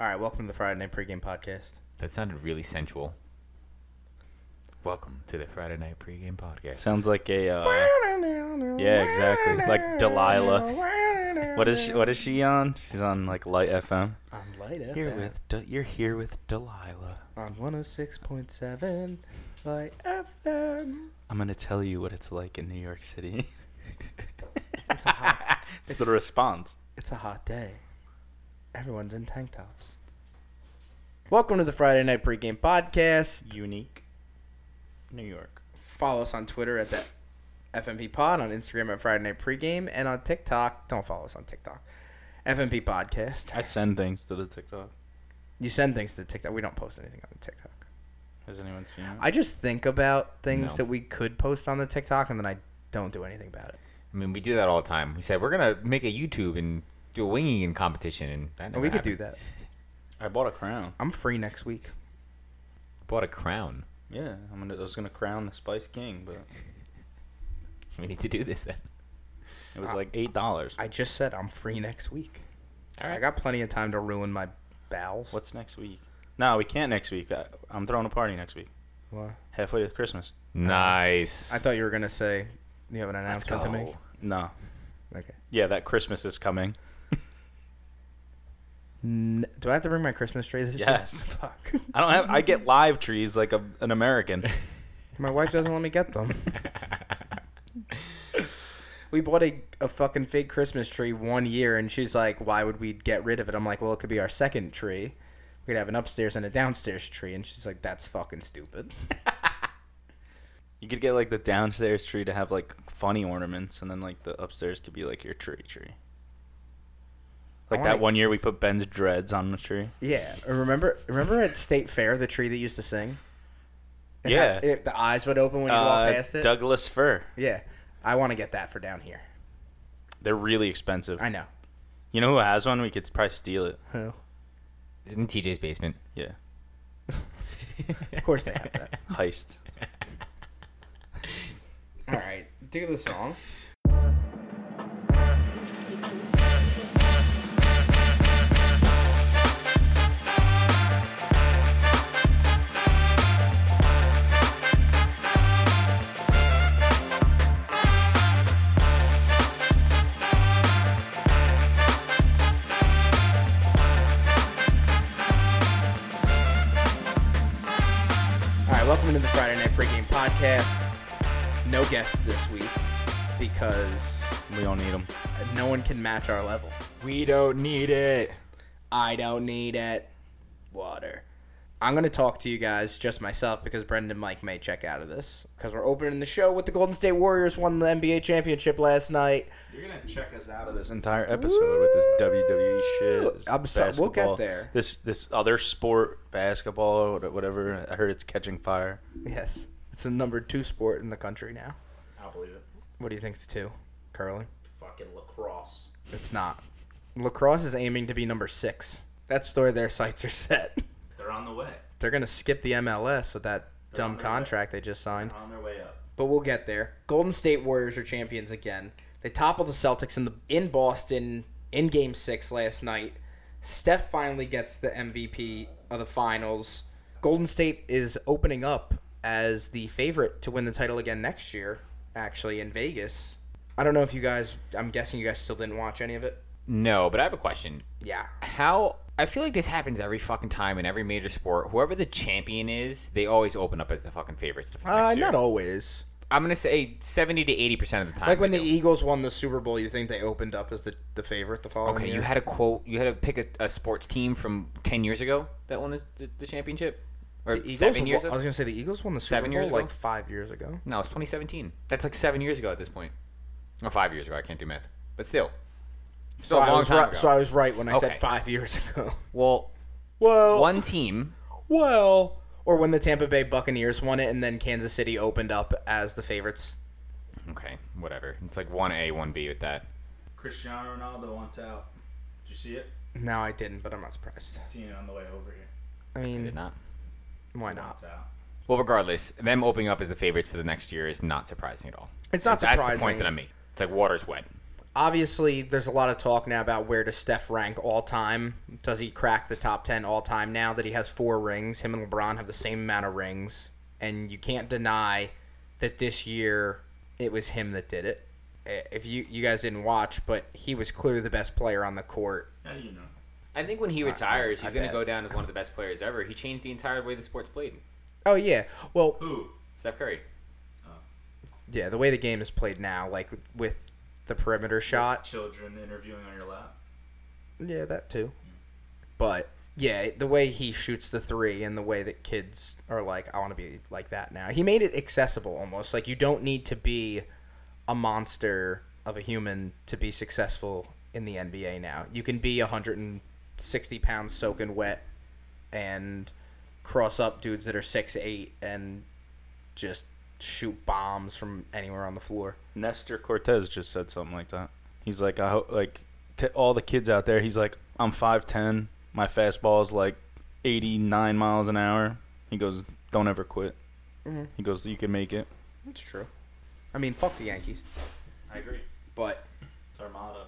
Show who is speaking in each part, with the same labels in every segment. Speaker 1: All right, welcome to the Friday Night Pregame Podcast.
Speaker 2: That sounded really sensual. Welcome to the Friday Night Pregame Podcast.
Speaker 3: Sounds like a uh, yeah, exactly. Like Delilah. what is she, what is she on? She's on like Light FM.
Speaker 1: On Light FM.
Speaker 3: Here with De- you're here with Delilah.
Speaker 1: On 106.7 Light FM.
Speaker 3: I'm gonna tell you what it's like in New York City.
Speaker 1: It's a hot,
Speaker 3: it's the response.
Speaker 1: it's a hot day. Everyone's in tank tops. Welcome to the Friday Night Pregame Podcast.
Speaker 3: Unique. New York.
Speaker 1: Follow us on Twitter at the FMP Pod, on Instagram at Friday Night Pregame, and on TikTok. Don't follow us on TikTok. FMP Podcast.
Speaker 3: I send things to the TikTok.
Speaker 1: You send things to TikTok. We don't post anything on the TikTok.
Speaker 3: Has anyone seen it?
Speaker 1: I just think about things
Speaker 3: No.
Speaker 1: that we could post on the TikTok, and then I don't do anything about it.
Speaker 2: I mean, we do that all the time. We said we're gonna make a YouTube and do a winging in competition, and that
Speaker 1: And
Speaker 2: never
Speaker 1: we could do
Speaker 2: happened.
Speaker 1: that.
Speaker 3: I bought a crown.
Speaker 1: I'm free next week.
Speaker 2: Bought a crown.
Speaker 3: Yeah, I'm gonna. I was gonna crown the Spice King, but
Speaker 2: We need to do this then.
Speaker 3: it was
Speaker 1: Uh,
Speaker 3: like eight dollars.
Speaker 1: I just said I'm free next week.
Speaker 2: All right.
Speaker 1: I got plenty of time to ruin my bowels.
Speaker 3: What's next week? No, we can't next week. I, I'm throwing a party next week,
Speaker 1: What?
Speaker 3: halfway to Christmas.
Speaker 2: nice.
Speaker 1: I thought you were gonna say you have an
Speaker 2: Let's
Speaker 1: announcement to make.
Speaker 2: go.
Speaker 3: No.
Speaker 1: Okay.
Speaker 3: Yeah, that Christmas is coming.
Speaker 1: N- do I have to bring my Christmas tree this year?
Speaker 3: Yes.
Speaker 1: Fuck.
Speaker 3: I don't have. I get live trees like a, an American.
Speaker 1: My wife doesn't let me get them. we bought a, a fucking fake Christmas tree one year, and she's like, "Why would we get rid of it?" I'm like, "Well, it could be our second tree. We could have an upstairs and a downstairs tree." And she's like, "That's fucking stupid."
Speaker 3: You could get like the downstairs tree to have like funny ornaments, and then like the upstairs could be like your tree tree. Like
Speaker 1: wanna-
Speaker 3: that one year we put Ben's dreads on the tree.
Speaker 1: Yeah, remember remember at State Fair the tree that used to sing? It
Speaker 3: Yeah.
Speaker 1: had- it- the eyes would open when you
Speaker 3: Uh,
Speaker 1: walk past it.
Speaker 3: Douglas fir.
Speaker 1: yeah, I want to get that for down here.
Speaker 3: They're really expensive.
Speaker 1: I know.
Speaker 3: You know who has one? We could probably steal it.
Speaker 2: in TJ's basement.
Speaker 3: Yeah,
Speaker 1: Of course they have that.
Speaker 3: heist.
Speaker 1: All right, do the song. All right, welcome to the Friday Night Pregame Podcast. No guests this week because
Speaker 3: We don't need them.
Speaker 1: no one can match our level.
Speaker 2: We don't need it.
Speaker 1: I don't need it. Water. I'm gonna talk to you guys just myself because Brendan Mike may check out of this because we're opening the show with the Golden State Warriors won the NBA championship last night.
Speaker 3: You're gonna check us out of this entire episode with this WWE shit. this
Speaker 1: I'm so- we'll get
Speaker 3: basketball,
Speaker 1: there.
Speaker 3: This this other sport, basketball, or whatever. I heard it's catching fire.
Speaker 1: Yes, it's the number two sport in the country now.
Speaker 3: I believe it.
Speaker 1: What do you think's two? Curling.
Speaker 3: Fucking lacrosse.
Speaker 1: It's not. Lacrosse is aiming to be number six. That's where their sights are set.
Speaker 3: They're on the way.
Speaker 1: They're gonna skip the MLS with that dumb
Speaker 3: on their way.
Speaker 1: contract they just signed.
Speaker 3: on their way up.
Speaker 1: but we'll get there. Golden State Warriors are champions again. They toppled the Celtics in the in Boston in Game Six last night. Steph finally gets the MVP of the finals. Golden State is opening up as the favorite to win the title again next year, actually in Vegas. I don't know if you guys. I'm guessing you guys still didn't watch any of it.
Speaker 2: No, but I have a question.
Speaker 1: Yeah,
Speaker 2: How I feel like this happens every fucking time in every major sport. Whoever the champion is, they always open up as the fucking favorites. To next
Speaker 1: uh,
Speaker 2: year.
Speaker 1: not always.
Speaker 2: I'm gonna say seventy to eighty percent of the time.
Speaker 1: Like when
Speaker 2: they
Speaker 1: the
Speaker 2: do.
Speaker 1: Eagles won the Super Bowl, you think they opened up as the, the favorite the following
Speaker 2: Okay,
Speaker 1: year?
Speaker 2: you had a quote. You had to pick a, a sports team from ten years ago that won the, the championship, or
Speaker 1: The Eagles
Speaker 2: seven
Speaker 1: won-
Speaker 2: years.
Speaker 1: I
Speaker 2: ago?
Speaker 1: was gonna say the Eagles won the Super
Speaker 2: Seven
Speaker 1: Bowl
Speaker 2: years ago?
Speaker 1: like five years ago.
Speaker 2: No, it's 2017. That's like seven years ago at this point, or five years ago. I can't do math, but still, It's still
Speaker 1: So
Speaker 2: a
Speaker 1: I
Speaker 2: long
Speaker 1: was
Speaker 2: time
Speaker 1: right,
Speaker 2: ago.
Speaker 1: so I was right when I
Speaker 2: Okay.
Speaker 1: said five years ago.
Speaker 2: well,
Speaker 1: Oh.
Speaker 3: Well,
Speaker 2: one team.
Speaker 1: Well, or when the Tampa Bay Buccaneers won it, and then Kansas City opened up as the favorites.
Speaker 2: Okay, whatever. It's like one A, one B with that.
Speaker 3: Cristiano Ronaldo wants out. Did you see it?
Speaker 1: No, I didn't, but I'm not surprised.
Speaker 3: Seen it on the way over here.
Speaker 1: I
Speaker 2: Did
Speaker 1: mean,
Speaker 2: not.
Speaker 1: why not?
Speaker 3: out.
Speaker 2: Well, regardless, them opening up as the favorites for the next year is not surprising at all.
Speaker 1: It's not
Speaker 2: That's the
Speaker 1: surprising.
Speaker 2: point that I'm making. It's like water's wet.
Speaker 1: obviously there's a lot of talk now about where does Steph rank all time? Does he crack the top 10 all time now that he has four rings? Him and LeBron have the same amount of rings, and you can't deny that this year it was him that did it. Eh, If you you guys didn't watch, but he was clearly the best player on the court.
Speaker 4: How do you know?
Speaker 2: I think when he retires,
Speaker 1: I
Speaker 2: he's going
Speaker 1: bet.
Speaker 2: to go down as one of the best players ever. He changed the entire way the sport's played.
Speaker 1: Oh yeah. Well,
Speaker 4: Who?
Speaker 2: Steph Curry.
Speaker 1: yeah, the way the game is played now like with, with the perimeter shot,
Speaker 4: Children interviewing on your lap.
Speaker 1: Yeah, that too. But yeah, the way he shoots the three and the way that kids are like, I want to be like that now. He made it accessible almost. Like you don't need to be a monster of a human to be successful in the NBA now. You can be 160 pounds soaking wet and cross up dudes that are six eight and just shoot bombs from anywhere on the floor.
Speaker 3: Nestor Cortez just said something like that. He's like, I hope, like, to all the kids out there, he's like, I'm 5'10. My fastball is like 89 miles an hour. He goes, Don't ever quit.
Speaker 1: Mhm.
Speaker 3: He goes, You can make it.
Speaker 1: That's true. I mean, fuck the Yankees,
Speaker 4: I agree.
Speaker 1: but
Speaker 4: It's our motto.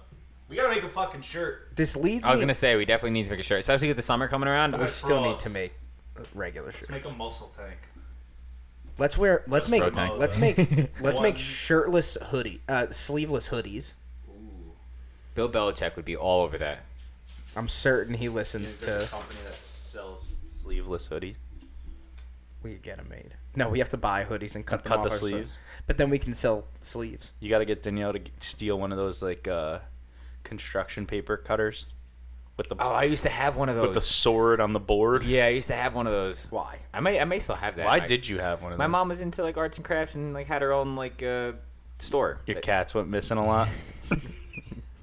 Speaker 4: We gotta make a fucking shirt.
Speaker 1: this leads
Speaker 2: I was
Speaker 1: me
Speaker 2: going to say, we definitely need to make a shirt, especially with the summer coming around.
Speaker 1: We
Speaker 4: Alright,
Speaker 1: still need
Speaker 4: frogs.
Speaker 1: to make regular shirts.
Speaker 4: Let's make a muscle tank.
Speaker 1: Let's wear. Let's
Speaker 4: Just
Speaker 1: make.
Speaker 2: throw tank.
Speaker 1: Let's make. Let's
Speaker 4: One.
Speaker 1: make shirtless hoodie. Uh, sleeveless hoodies.
Speaker 4: Ooh.
Speaker 2: Bill Belichick would be all over that.
Speaker 1: I'm certain he listens
Speaker 4: Is there a
Speaker 1: to.
Speaker 4: company that sells
Speaker 3: Sleeveless hoodie.
Speaker 1: We could get them made. No, we have to buy hoodies and cut
Speaker 3: And
Speaker 1: them
Speaker 3: cut
Speaker 1: off
Speaker 3: the
Speaker 1: ourselves.
Speaker 3: sleeves.
Speaker 1: But then we can sell sleeves.
Speaker 3: You got to get Danielle to g- steal one of those, like, uh, construction paper cutters with the,
Speaker 2: Oh, I used to have one of
Speaker 3: with the
Speaker 2: those.
Speaker 3: sword on the board.
Speaker 2: yeah, I used to have one of those.
Speaker 1: Why?
Speaker 2: I may, I may still have that.
Speaker 3: Why
Speaker 2: I-
Speaker 3: did you have one of
Speaker 2: My
Speaker 3: them?
Speaker 2: mom was into like arts and crafts and like had her own like uh, store.
Speaker 3: Your
Speaker 2: that-
Speaker 3: cats went missing a lot.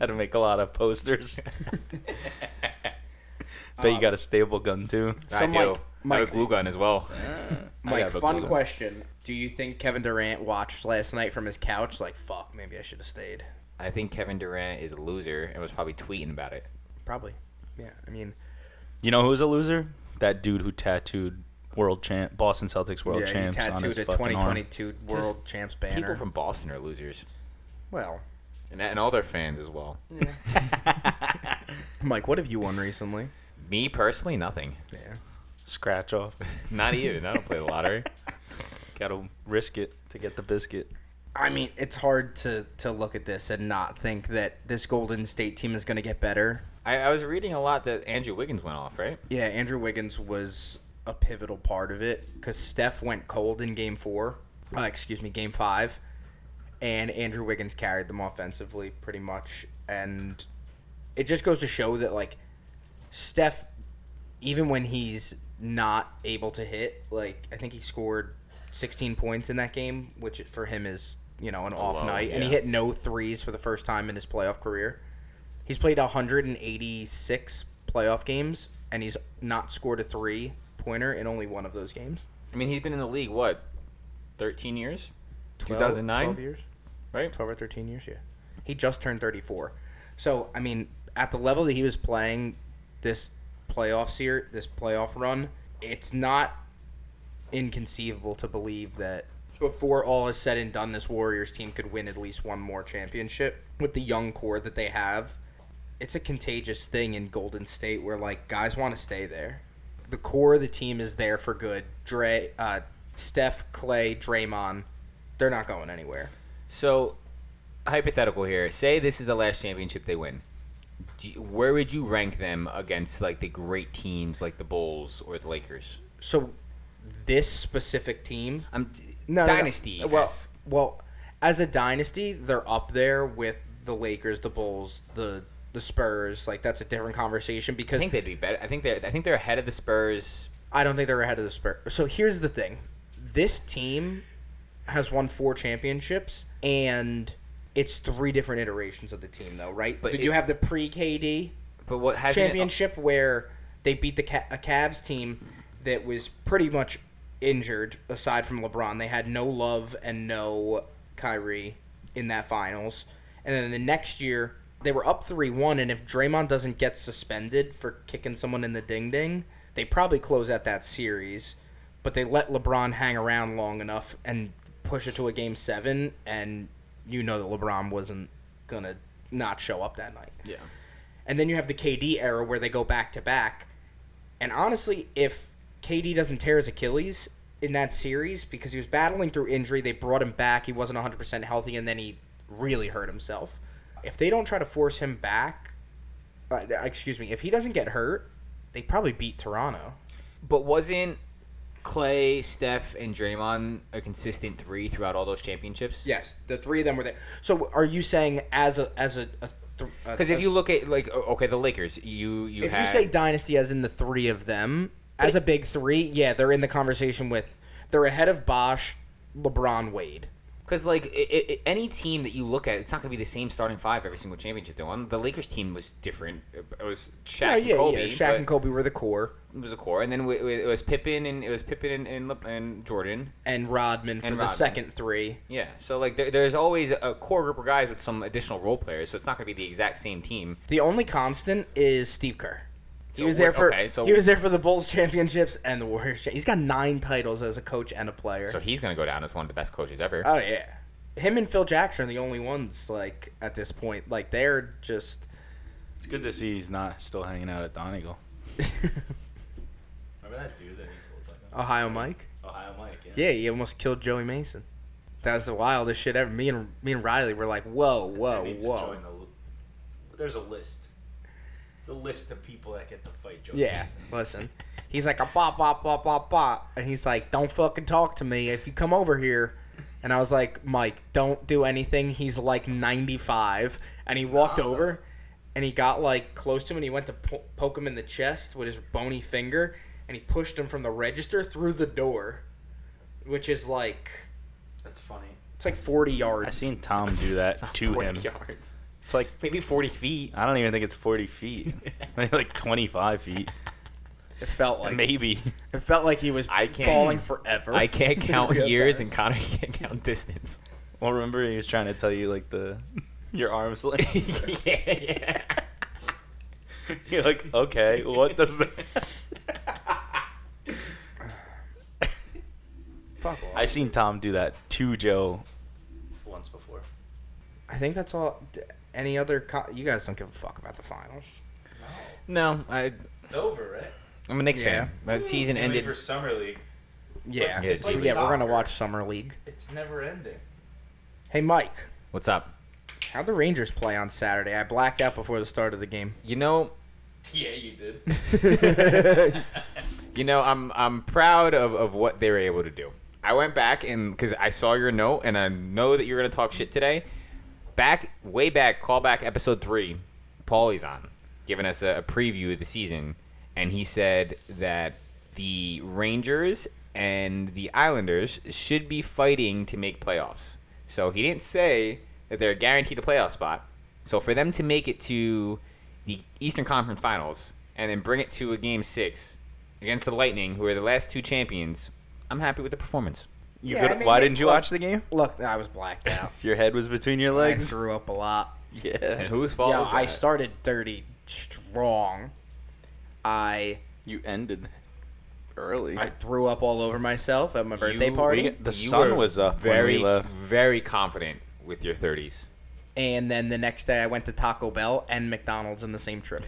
Speaker 3: Had to make a lot of posters. Bet you
Speaker 1: Um,
Speaker 3: got a stable gun too.
Speaker 2: I
Speaker 1: So,
Speaker 2: do.
Speaker 1: Mike-
Speaker 2: I have
Speaker 1: Mike-
Speaker 2: a glue gun as well.
Speaker 1: Mike,
Speaker 3: have a
Speaker 1: fun
Speaker 3: glue.
Speaker 1: question. Do you think Kevin Durant watched last night from his couch? Like, fuck, maybe I should have stayed.
Speaker 2: I think Kevin Durant is a loser and was probably tweeting about it.
Speaker 1: Probably. Yeah. I mean,
Speaker 3: You know who's a loser? That dude who tattooed world champ, Boston Celtics world
Speaker 1: yeah, he
Speaker 3: champs on
Speaker 1: tattooed
Speaker 3: his
Speaker 1: a
Speaker 3: fucking
Speaker 1: 2022 World Champs banner.
Speaker 2: People from Boston are losers,
Speaker 1: well,
Speaker 2: and, and all their fans as well.
Speaker 1: Mike, what have you won recently?
Speaker 2: Me personally, nothing.
Speaker 1: Yeah.
Speaker 3: arm. Scratch off.
Speaker 2: Not even. I don't play the lottery.
Speaker 3: got to risk it to get the biscuit.
Speaker 1: I mean, it's hard to to look at this and not think that this Golden State team is going to get better.
Speaker 2: I, I was reading a lot that Andrew Wiggins went off, right?
Speaker 1: Yeah, Andrew Wiggins was a pivotal part of it because Steph went cold in Game Four. Uh, excuse me, Game Five, and Andrew Wiggins carried them offensively pretty much, and it just goes to show that like Steph, even when he's not able to hit, like I think he scored 16 points in that game, which for him is you know an off
Speaker 2: low,
Speaker 1: night, and he
Speaker 2: yeah.
Speaker 1: hit no threes for the first time in his playoff career. He's played 186 playoff games, and he's not scored a three pointer in only one of those games.
Speaker 2: I mean, he's been in the league what, thirteen years,
Speaker 1: 12
Speaker 2: 2009?
Speaker 1: 12 years.
Speaker 2: right?
Speaker 1: 12 or 13 years, yeah. He just turned 34. So, I mean, at the level that he was playing this playoffs here, this playoff run, it's not inconceivable to believe that before all is said and done, this Warriors team could win at least one more championship with the young core that they have. It's a contagious thing in Golden State where, like, guys want to stay there. The core of the team is there for good. Dre, uh, Steph, Clay, Draymond, they're not going anywhere.
Speaker 2: So, hypothetical here. Say this is the last championship they win. Do you, where would you rank them against like the great teams like the Bulls or the Lakers?
Speaker 1: So this specific team,
Speaker 2: I'm
Speaker 1: no, no, no.
Speaker 2: dynasty.
Speaker 1: Well,
Speaker 2: yes.
Speaker 1: well, as a dynasty, they're up there with the Lakers, the Bulls, the the Spurs. Like that's a different conversation
Speaker 2: I
Speaker 1: because
Speaker 2: think they'd be better. I think they're. I think they're ahead of the Spurs.
Speaker 1: I don't think they're ahead of the Spurs. So here's the thing: this team has won four championships, and it's three different iterations of the team, though, right?
Speaker 2: But
Speaker 1: But
Speaker 2: it-
Speaker 1: you have the pre KD
Speaker 2: But what has
Speaker 1: championship where they beat the Ca- a Cavs team that was pretty much injured aside from LeBron. They had no Love and no Kyrie in that finals. And then the next year, they were up 3 1. And if Draymond doesn't get suspended for kicking someone in the ding ding, they probably close out that series. But they let LeBron hang around long enough and push it to a game seven. And you know that LeBron wasn't going to not show up that night.
Speaker 2: Yeah.
Speaker 1: And then you have the KD era where they go back to back. And honestly, if KD doesn't tear his Achilles in that series because he was battling through injury, they brought him back. He wasn't 100% healthy, and then he really hurt himself. If they don't try to force him back, uh, excuse me, if he doesn't get hurt, they probably beat Toronto.
Speaker 2: oh, But wasn't Clay, Steph, and Draymond a consistent three throughout all those championships?
Speaker 1: Yes, the three of them were there. So are you saying as a as a
Speaker 2: Because if you look at like o- okay, the Lakers, you you
Speaker 1: if
Speaker 2: had,
Speaker 1: you say dynasty as in the three of them as a big three, yeah, they're in the conversation with they're ahead of Bosch, LeBron, Wade.
Speaker 2: Because like i i any team that you look at, it's not going to be the same starting five every single championship they won. The Lakers team was different. It was Shaq
Speaker 1: Oh, Yeah,
Speaker 2: and
Speaker 1: yeah,
Speaker 2: Kobe.
Speaker 1: yeah. Shaq
Speaker 2: but
Speaker 1: and Kobe were the core,
Speaker 2: It was a core, and then we, we- it was Pippen and it was Pippen and and, Le- and Jordan.
Speaker 1: and Rodman for
Speaker 2: And
Speaker 1: the
Speaker 2: Rodman.
Speaker 1: second three.
Speaker 2: Yeah, so like there, there's always a core group of guys with some additional role players, so it's not going to be the exact same team.
Speaker 1: The only constant is Steve Kerr. He
Speaker 2: So
Speaker 1: was
Speaker 2: what-
Speaker 1: there for
Speaker 2: okay, so-
Speaker 1: he was there for the Bulls championships and the Warriors. cha- He's got nine titles as a coach and a player.
Speaker 2: So he's going to go down as one of the best coaches ever.
Speaker 1: Oh yeah, him and Phil Jackson are the only ones like at this point. Like they're just
Speaker 3: It's good to see he's not still hanging out at Donegal.
Speaker 4: Remember that dude that used to look like him?
Speaker 1: Ohio Mike.
Speaker 4: Ohio Mike, yeah.
Speaker 1: Yeah, he almost killed Joey Mason. That was the wildest shit ever. Me and me and Riley were like, whoa,
Speaker 4: That
Speaker 1: whoa,
Speaker 4: needs to
Speaker 1: whoa.
Speaker 4: join the l- There's a list. It's a list of people that get to fight Joe
Speaker 1: Yeah,
Speaker 4: Jackson.
Speaker 1: listen. He's like a bop bop bop bop bop, and he's like, "Don't fucking talk to me if you come over here." And I was like, "Mike, don't do anything." He's like 95, and he walked
Speaker 4: not,
Speaker 1: over, and he got like close to him, and he went to po- poke him in the chest with his bony finger, and he pushed him from the register through the door, which is like
Speaker 4: That's funny.
Speaker 1: it's like 40 yards.
Speaker 3: I seen Tom do that to
Speaker 2: 40
Speaker 3: him.
Speaker 2: yards,
Speaker 3: It's like
Speaker 2: maybe 40 feet.
Speaker 3: I don't even think it's 40 feet. I think like 25 feet,
Speaker 1: It felt like
Speaker 3: maybe.
Speaker 1: It felt like he was
Speaker 2: I can't-
Speaker 1: falling forever.
Speaker 2: I can't count
Speaker 1: Real
Speaker 2: years,
Speaker 1: time.
Speaker 2: and Connor can't count distance.
Speaker 3: Well, remember he was trying to tell you like the your arms length.
Speaker 2: yeah, yeah.
Speaker 3: You're like, okay, what does that?
Speaker 1: Fuck off.
Speaker 3: I seen Tom do that to Joe.
Speaker 4: Once before.
Speaker 1: I think that's all. d- Any other? Co- you guys don't give a fuck about the finals.
Speaker 4: No.
Speaker 2: No, I
Speaker 4: It's over, right?
Speaker 2: I'm a Knicks
Speaker 1: Yeah.
Speaker 2: fan. That season
Speaker 4: Can't wait
Speaker 2: ended.
Speaker 4: for summer league.
Speaker 1: Yeah,
Speaker 2: Yeah, it's
Speaker 1: yeah,
Speaker 2: like
Speaker 1: we're gonna
Speaker 4: soccer.
Speaker 1: watch summer league.
Speaker 4: It's never ending.
Speaker 1: Hey, Mike,
Speaker 2: What's up?
Speaker 1: how'd the Rangers play on Saturday? I blacked out before the start of the game.
Speaker 2: You know,
Speaker 4: Yeah, you did.
Speaker 2: you know, I'm I'm proud of, of what they were able to do. I went back and because I saw your note and I know that you're gonna talk shit today. Back way back, call back episode three. Paulie's on, giving us a, a preview of the season, and he said that the Rangers and the Islanders should be fighting to make playoffs. So he didn't say that they're guaranteed a playoff spot. So for them to make it to the Eastern Conference Finals and then bring it to a game six against the Lightning, who are the last two champions, I'm happy with the performance.
Speaker 3: You
Speaker 1: Yeah,
Speaker 3: could,
Speaker 1: I mean,
Speaker 3: why
Speaker 1: they-
Speaker 3: didn't you
Speaker 1: look-
Speaker 3: watch the game?
Speaker 1: Look, I was blacked out.
Speaker 3: Your head was between your
Speaker 1: I
Speaker 3: legs.
Speaker 1: threw up a lot.
Speaker 3: Yeah.
Speaker 2: And whose fault
Speaker 1: Yeah,
Speaker 2: is that?
Speaker 1: I started dirty strong. I
Speaker 3: You ended early.
Speaker 1: I threw up all over myself at my birthday
Speaker 2: we
Speaker 1: party.
Speaker 3: the sun
Speaker 2: were
Speaker 3: was up when
Speaker 2: Very,
Speaker 3: we left.
Speaker 2: very confident with your 30s.
Speaker 1: and then the next day I went to Taco Bell and McDonald's in the same trip.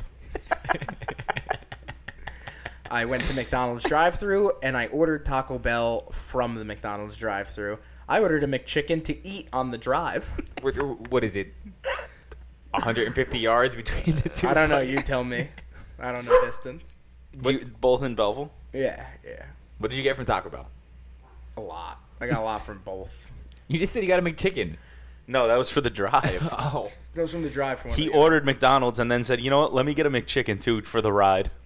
Speaker 1: I went to McDonald's drive-through and I ordered Taco Bell from the McDonald's drive-through. I ordered a McChicken to eat on the drive.
Speaker 2: With- what is it? 150 yards between the two.
Speaker 1: I don't know. You tell me. I don't know distance.
Speaker 3: You- both in Belleville.
Speaker 1: Yeah, yeah,
Speaker 2: What did you get from Taco Bell?
Speaker 1: a lot. I got a lot from both.
Speaker 2: You just said you got a McChicken.
Speaker 3: No, that was for the drive.
Speaker 2: Oh,
Speaker 1: Those from the drive from
Speaker 3: he ordered McDonald's and then said, "You know what? Let me get a McChicken too for the ride."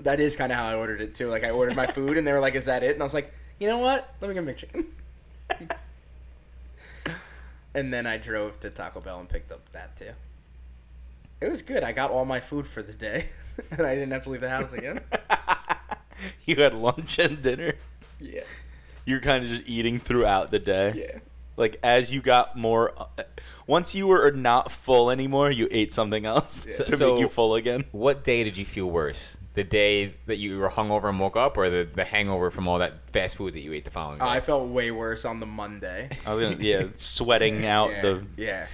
Speaker 1: That is kind of how I ordered it too. Like I ordered my food and they were like, "Is that it?" And I was like, "You know what? Let me get a McChicken." and then I drove to Taco Bell and picked up that too. It was good. I got all my food for the day, and I didn't have to leave the house again.
Speaker 3: you had lunch and dinner.
Speaker 1: yeah,
Speaker 3: You're kind of just eating throughout the day.
Speaker 1: yeah,
Speaker 3: Like as you got more, uh, once you were not full anymore, you ate something else
Speaker 1: Yeah.
Speaker 3: to
Speaker 2: So-
Speaker 3: make you full again.
Speaker 2: what day did you feel worse? The day that you were hungover and woke up, or the, the hangover from all that fast food that you ate the
Speaker 1: Oh,
Speaker 2: following day?
Speaker 1: I felt way worse on the Monday.
Speaker 3: I was gonna, yeah, sweating out
Speaker 1: yeah,
Speaker 3: the
Speaker 1: yeah.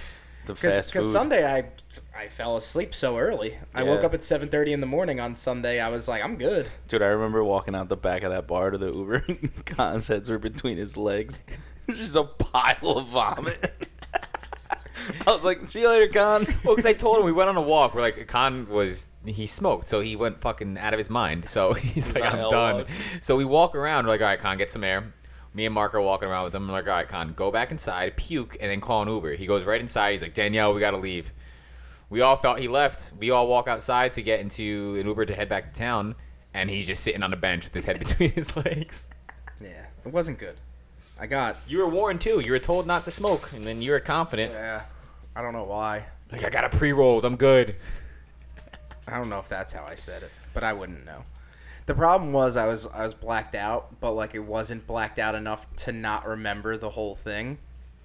Speaker 3: The
Speaker 1: Because
Speaker 3: fast food.
Speaker 1: because Sunday I I fell asleep so early. I woke
Speaker 3: Yeah.
Speaker 1: up at seven thirty in the morning on Sunday. I was like, I'm good.
Speaker 3: Dude, I remember walking out the back of that bar to the Uber. and Khan's heads were between his legs. It's just a pile of vomit. I was like, "See you later, Khan."
Speaker 2: Well, because I told him we went on a walk. We're like, Khan was he smoked, so he went fucking out of his mind. So he's like,
Speaker 3: on
Speaker 2: I'm
Speaker 3: hell
Speaker 2: done.
Speaker 3: walk.
Speaker 2: So we walk around. We're like, all right, Khan, get some air. Me and Mark are walking around with him. We're like, all right, Khan, go back inside, puke, and then call an Uber. He goes right inside. He's like, Danielle, we gotta leave. We all felt he left. We all walk outside to get into an Uber to head back to town, and he's just sitting on a bench with his head between his legs.
Speaker 1: Yeah, it wasn't good. I got
Speaker 2: You were warned too. You were told not to smoke, and then you were confident.
Speaker 1: yeah. Eh, I don't know why.
Speaker 2: Like I got a pre-rolled. I'm good.
Speaker 1: I don't know if that's how I said it, but I wouldn't know. The problem was I was I was blacked out, but like it wasn't blacked out enough to not remember the whole thing.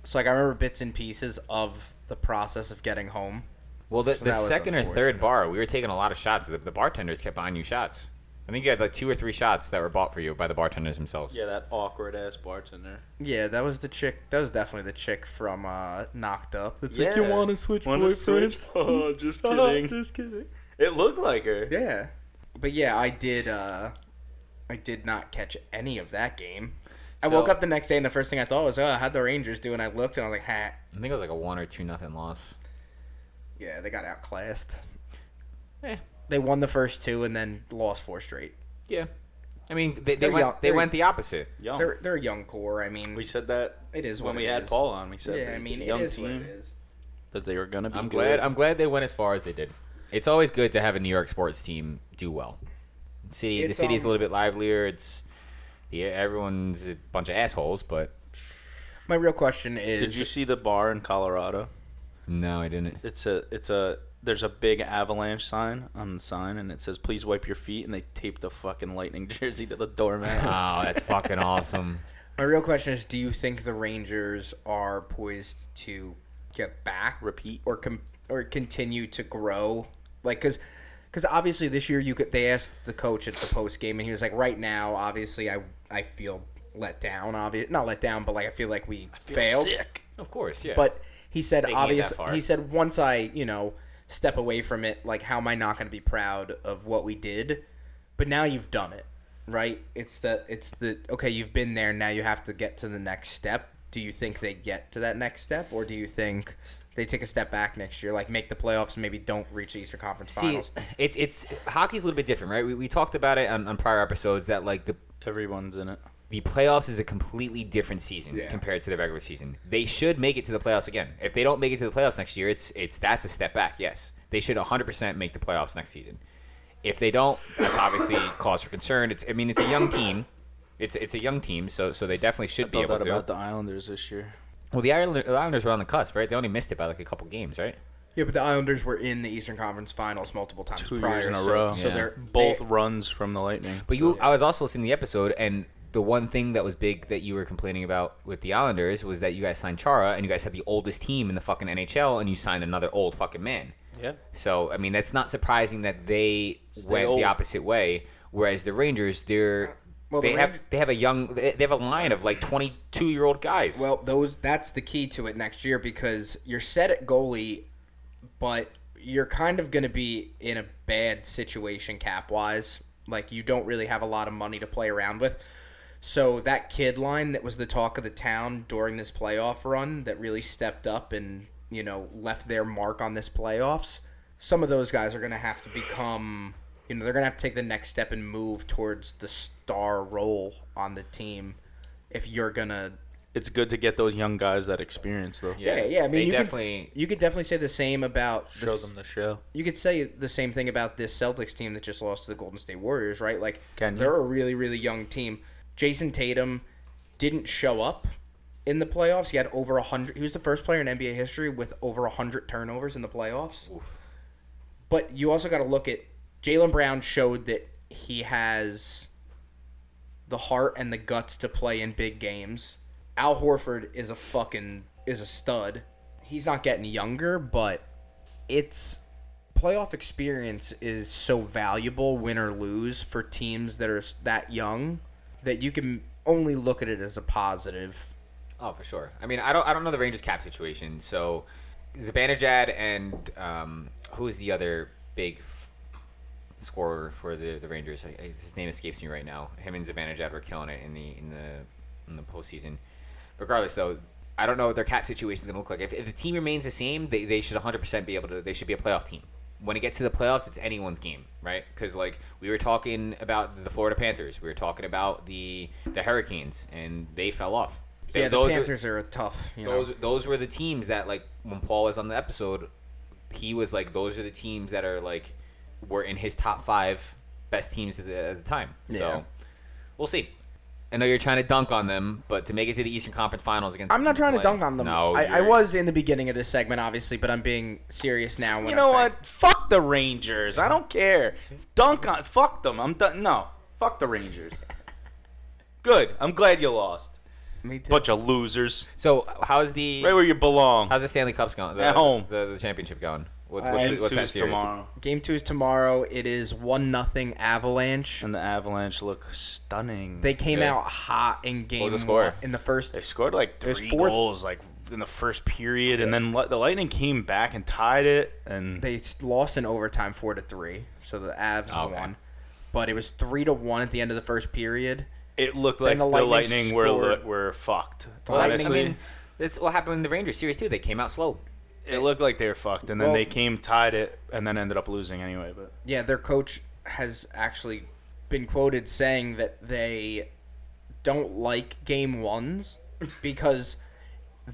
Speaker 1: So like I remember bits and pieces of the process of getting home.
Speaker 2: Well, the, the
Speaker 1: that was
Speaker 2: second or third
Speaker 1: unfortunate.
Speaker 2: bar, we were taking a lot of shots. The, the bartenders kept buying you shots. I think you had like two or three shots that were bought for you by the bartenders themselves.
Speaker 3: yeah, that awkward ass bartender.
Speaker 1: Yeah, that was the chick. That was definitely the chick from uh, Knocked Up. That's like,
Speaker 3: Yeah.
Speaker 1: you want to switch
Speaker 3: Wanna
Speaker 1: boyfriends?
Speaker 3: switch? Oh, just
Speaker 4: just kidding.
Speaker 3: It looked like her.
Speaker 1: Yeah. But yeah, I did. uh I did not catch any of that game. I
Speaker 2: So-
Speaker 1: woke up the next day and the first thing I thought was, "Oh, how'd the Rangers do?" And I looked and I was like, "Ha,
Speaker 2: I think it was like a one or two nothing loss.
Speaker 1: yeah, they got outclassed."
Speaker 2: Eh.
Speaker 1: They won the first two and then lost four straight.
Speaker 2: Yeah. I mean, they, they
Speaker 1: They're
Speaker 2: went
Speaker 1: young-
Speaker 2: they
Speaker 1: they're-
Speaker 2: went the opposite.
Speaker 3: Young.
Speaker 1: They're they're a young core. I mean,
Speaker 3: Oh. we said that
Speaker 1: it is
Speaker 3: when
Speaker 1: what
Speaker 3: we
Speaker 1: it
Speaker 3: had
Speaker 1: is.
Speaker 3: Paul on. We said
Speaker 1: Yeah,
Speaker 3: that
Speaker 1: I mean,
Speaker 3: it's a
Speaker 1: it
Speaker 3: young
Speaker 1: is
Speaker 3: team
Speaker 1: what it is.
Speaker 3: that they were gonna be.
Speaker 2: I'm glad
Speaker 3: good.
Speaker 2: I'm glad they went as far as they did. It's always good to have a New York sports team do well. City the
Speaker 1: It's,
Speaker 2: city's
Speaker 1: um,
Speaker 2: a little bit livelier. It's yeah, everyone's a bunch of assholes, but
Speaker 1: My real question is,
Speaker 3: Did you see the bar in Colorado?
Speaker 2: no, I didn't.
Speaker 3: It's a it's a there's a big avalanche sign on the sign and it says please wipe your feet and they taped a fucking lightning jersey to the doormat.
Speaker 2: Oh, that's fucking awesome.
Speaker 1: my real question is, do you think the Rangers are poised to get back
Speaker 3: Repeat.
Speaker 1: or com- or continue to grow like because because obviously this year you could they asked the coach at the post game and he was like right now obviously i i feel let down obvious not let down but like i feel like we failed
Speaker 3: Sick.
Speaker 2: Of course, yeah.
Speaker 1: but he said
Speaker 2: Taking it that
Speaker 1: obviously
Speaker 2: far.
Speaker 1: he said once i you know step away from it like how am i not going to be proud of what we did but now you've done it right it's the it's the okay you've been there now you have to get to the next step do you think they get to that next step or do you think they take a step back next year like make the playoffs maybe don't reach the eastern conference
Speaker 2: See,
Speaker 1: finals
Speaker 2: it's it's hockey's a little bit different, right? We, we talked about it on, on prior episodes that like the
Speaker 3: Everyone's in it.
Speaker 2: the playoffs is a completely different season
Speaker 1: Yeah.
Speaker 2: compared to the regular season. They should make it to the playoffs again. If they don't make it to the playoffs next year, it's it's that's a step back. Yes, they should 100% make the playoffs next season. If they don't, that's obviously cause for concern. It's I mean it's a young team. It's it's a young team, so so they definitely should
Speaker 3: I
Speaker 2: be
Speaker 3: thought
Speaker 2: able
Speaker 3: that
Speaker 2: to.
Speaker 3: about the Islanders this year.
Speaker 2: well, the Islander- the Islanders were on the cusp, right? They only missed it by like a couple games, right?
Speaker 1: yeah but the islanders were in the eastern conference finals multiple times
Speaker 3: Two years
Speaker 1: prior
Speaker 3: in a
Speaker 1: so,
Speaker 3: row.
Speaker 1: so
Speaker 2: Yeah.
Speaker 1: they're
Speaker 3: Both
Speaker 1: they-
Speaker 3: runs from the Lightning.
Speaker 2: But you, I was also listening to the episode, and the one thing that was big that you were complaining about with the Islanders was that you guys signed Chara, and you guys had the oldest team in the fucking NHL, and you signed another old fucking man.
Speaker 3: yeah.
Speaker 2: So I mean, that's not surprising that they went
Speaker 3: old.
Speaker 2: the opposite way. Whereas the Rangers, they're
Speaker 1: Well, the
Speaker 2: they have
Speaker 1: Rang-
Speaker 2: they have a young they they have a line of like twenty two year old guys.
Speaker 1: Well, those that's the key to it next year because you're set at goalie, but you're kind of going to be in a bad situation cap wise. Like you don't really have a lot of money to play around with. So that kid line that was the talk of the town during this playoff run that really stepped up and you know left their mark on this playoffs. Some of those guys are going to have to become. You know they're gonna have to take the next step and move towards the star role on the team, if you're gonna
Speaker 3: It's good to get those young guys that experience though.
Speaker 1: yeah, yeah. I
Speaker 2: they
Speaker 1: mean, you
Speaker 2: definitely.
Speaker 1: could you could definitely say the same about
Speaker 3: Show
Speaker 1: this.
Speaker 3: them the show.
Speaker 1: you could say the same thing about this Celtics team that just lost to the Golden State Warriors, right? Like
Speaker 3: Can you?
Speaker 1: they're a really really young team. Jason Tatum didn't show up in the playoffs. He had over hundred. He was the first player in NBA history with over hundred turnovers in the playoffs. But you also got to look at Jalen Brown showed that he has the heart and the guts to play in big games. Al Horford is a fucking is a stud. He's not getting younger, but it's playoff experience is so valuable win or lose for teams that are s- that young that you can only look at it as a positive.
Speaker 2: Oh, for sure. I mean, I don't I don't know the Rangers cap situation, so Zibanejad and um, who's the other big f- scorer for the, the Rangers? I, I, his name escapes me right now. Him and Zibanejad were killing it in the in the in the postseason. Regardless, though, I don't know what their cap situation is going to look like. If, if the team remains the same, they, they should 100% be able to. They should be a playoff team. When it gets to the playoffs, it's anyone's game, right? Because like we were talking about the Florida Panthers, we were talking about the the Hurricanes, and they fell off. They-
Speaker 1: yeah, the
Speaker 2: those are-
Speaker 1: Panthers are, a tough. You know.
Speaker 2: those those were the teams that like when Paul was on the episode, he was like those are the teams that are like were in his top five best teams at the, at the time.
Speaker 1: Yeah.
Speaker 2: So we'll see. I know you're trying to dunk on them, but to make it to the Eastern Conference Finals against
Speaker 1: I'm not trying to
Speaker 2: Like,
Speaker 1: dunk on them.
Speaker 2: No,
Speaker 1: I, I
Speaker 2: you're-
Speaker 1: was in the beginning of this segment, obviously, but I'm being serious now. When
Speaker 3: You
Speaker 1: I'm
Speaker 3: know
Speaker 1: saying-
Speaker 3: what? Fuck the Rangers. I don't care. Dunk on. Fuck them. I'm done. No. Fuck the Rangers. Good. I'm glad you lost.
Speaker 1: Me too.
Speaker 3: Bunch of losers.
Speaker 2: So how's the
Speaker 3: Right where you belong.
Speaker 2: how's the Stanley Cups going? The,
Speaker 3: At home.
Speaker 2: the, the championship going. What,
Speaker 1: Uh,
Speaker 2: what's,
Speaker 3: and
Speaker 2: what's that
Speaker 3: Sue's
Speaker 2: series?
Speaker 3: tomorrow.
Speaker 1: Game two is tomorrow. It is one nothing Avalanche.
Speaker 3: And the Avalanche look stunning.
Speaker 1: They came
Speaker 2: Yeah.
Speaker 1: out hot in game
Speaker 2: was the score?
Speaker 1: one- in the first.
Speaker 3: They scored like
Speaker 1: It was
Speaker 3: three
Speaker 1: fourth-
Speaker 3: goals, like in the first period, and then li- the Lightning came back and tied it. And
Speaker 1: They s- lost in overtime four to three, so the Avs
Speaker 2: Okay.
Speaker 1: won. But it was three to one at the end of the first period.
Speaker 3: it looked like
Speaker 1: the
Speaker 3: the
Speaker 1: Lightning
Speaker 3: Lightning, were
Speaker 1: scored.
Speaker 3: were fucked.
Speaker 2: Well, that's-
Speaker 1: Lightning-
Speaker 2: I
Speaker 3: Honestly,
Speaker 2: mean, that's what happened in the Rangers series too. They came out slow.
Speaker 3: it looked like they were fucked, and then
Speaker 1: Well-
Speaker 3: they came tied it, and then ended up losing anyway. But
Speaker 1: Yeah, their coach has actually been quoted saying that they don't like game ones because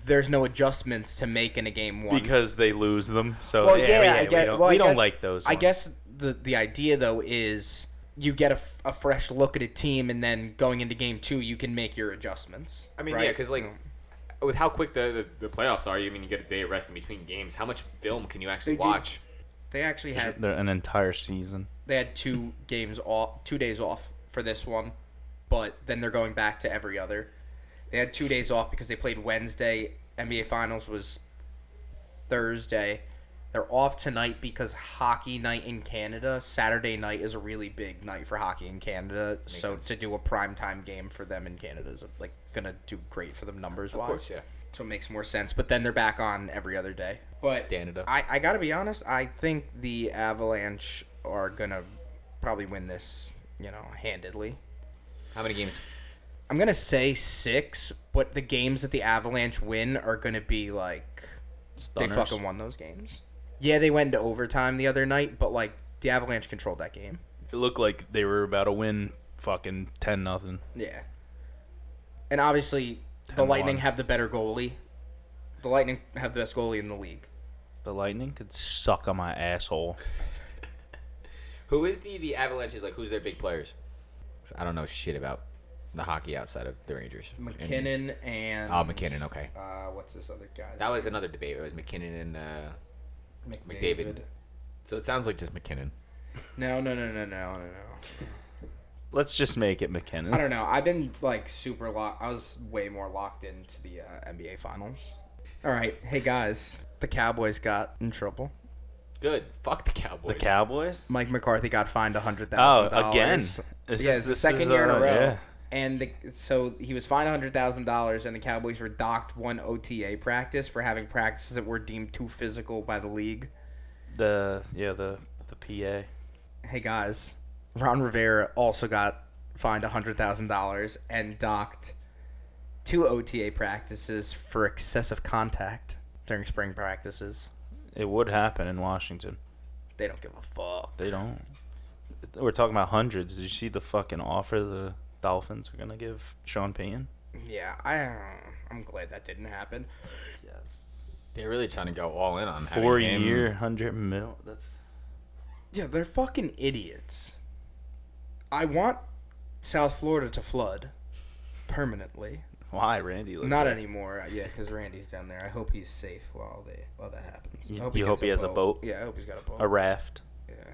Speaker 1: there's no adjustments to make in a game one.
Speaker 3: because they lose them, so
Speaker 1: well,
Speaker 3: yeah,
Speaker 1: yeah, I
Speaker 3: we
Speaker 1: get,
Speaker 3: don't,
Speaker 1: well,
Speaker 3: we
Speaker 1: I
Speaker 3: don't
Speaker 1: guess-
Speaker 3: like those.
Speaker 1: I
Speaker 3: ones.
Speaker 1: guess the the idea though is you get a, f- a fresh look at a team, and then going into game two, you can make your adjustments.
Speaker 2: I mean, yeah,
Speaker 1: right?
Speaker 2: 'cause yeah, because like with how quick the, the, the playoffs are, you mean you get a day of rest in between games. How much film can you actually
Speaker 1: They do.
Speaker 2: watch?
Speaker 1: they actually had
Speaker 3: They're an entire season.
Speaker 1: they had two games off, two days off for this one, but then they're going back to every other. They had two days off because they played Wednesday. NBA Finals was Thursday. They're off tonight because hockey night in Canada. Saturday night is a really big night for hockey in Canada. so
Speaker 2: sense.
Speaker 1: to do a primetime game for them in Canada is like gonna do great for them numbers wise.
Speaker 2: Of course, yeah.
Speaker 1: So it makes more sense. But then they're back on every other day. But
Speaker 2: Canada.
Speaker 1: I, I gotta be honest, I think the Avalanche are gonna probably win this, you know, handedly.
Speaker 2: How many games?
Speaker 1: I'm gonna say six, but the games that the Avalanche win are gonna be like they
Speaker 3: Stunners.
Speaker 1: fucking won those games. Yeah, they went into overtime the other night, but like the Avalanche controlled that game.
Speaker 3: It looked like they were about to win, fucking ten nothing.
Speaker 1: Yeah. And obviously the
Speaker 3: 10-1.
Speaker 1: Lightning have the better goalie. The Lightning have the best goalie in the league.
Speaker 3: The Lightning could suck on my asshole.
Speaker 2: Who is the the Avalanche's like? Who's their big players? 'Cause I don't know shit about the hockey outside of the Rangers. And-
Speaker 1: McKinnon and
Speaker 2: Oh, McKinnon. Okay,
Speaker 1: Uh, what's this other guy's
Speaker 2: that was another debate. It was McKinnon and uh,
Speaker 1: name?
Speaker 2: McDavid. so it sounds like just McKinnon.
Speaker 1: No, no, no, no, no, no, no.
Speaker 3: Let's just make it
Speaker 1: I
Speaker 3: McKinnon.
Speaker 1: don't know. I've been like super locked. I was way more locked into the uh, NBA Finals. All right, hey guys, the Cowboys got in trouble.
Speaker 2: Good. Fuck the Cowboys.
Speaker 3: The Cowboys.
Speaker 1: Mike McCarthy got fined a hundred
Speaker 3: Oh,
Speaker 1: thousand.
Speaker 3: again. This
Speaker 1: yeah,
Speaker 3: is-
Speaker 1: it's the
Speaker 3: this
Speaker 1: second
Speaker 3: is,
Speaker 1: year in
Speaker 3: uh,
Speaker 1: a row.
Speaker 3: yeah.
Speaker 1: And the, so he was fined hundred thousand dollars, and the Cowboys were docked one OTA practice for having practices that were deemed too physical by the league.
Speaker 3: The yeah the the PA.
Speaker 1: hey guys, Ron Rivera also got fined $100,000 and docked two OTA practices for excessive contact during spring practices.
Speaker 3: It would happen in Washington.
Speaker 1: They don't give a fuck.
Speaker 3: They don't. We're talking about hundreds. Did you see the fucking offer the Dolphins are gonna give Sean Payton?
Speaker 1: Yeah, I, uh, I'm glad that didn't happen.
Speaker 3: Yes.
Speaker 2: They're really trying to go all in on having
Speaker 3: Four
Speaker 2: him.
Speaker 3: year, hundred mil. That's
Speaker 1: Yeah, they're fucking idiots. I want South Florida to flood permanently.
Speaker 3: why Randy. Looks
Speaker 1: Not
Speaker 3: like-
Speaker 1: anymore, uh, yeah, because Randy's down there. I hope he's safe while they while that happens.
Speaker 3: You-
Speaker 1: I
Speaker 3: you hope
Speaker 1: gets
Speaker 3: he has a boat?
Speaker 1: Yeah, I hope he's got a boat.
Speaker 3: a raft.
Speaker 1: yeah.
Speaker 3: Tell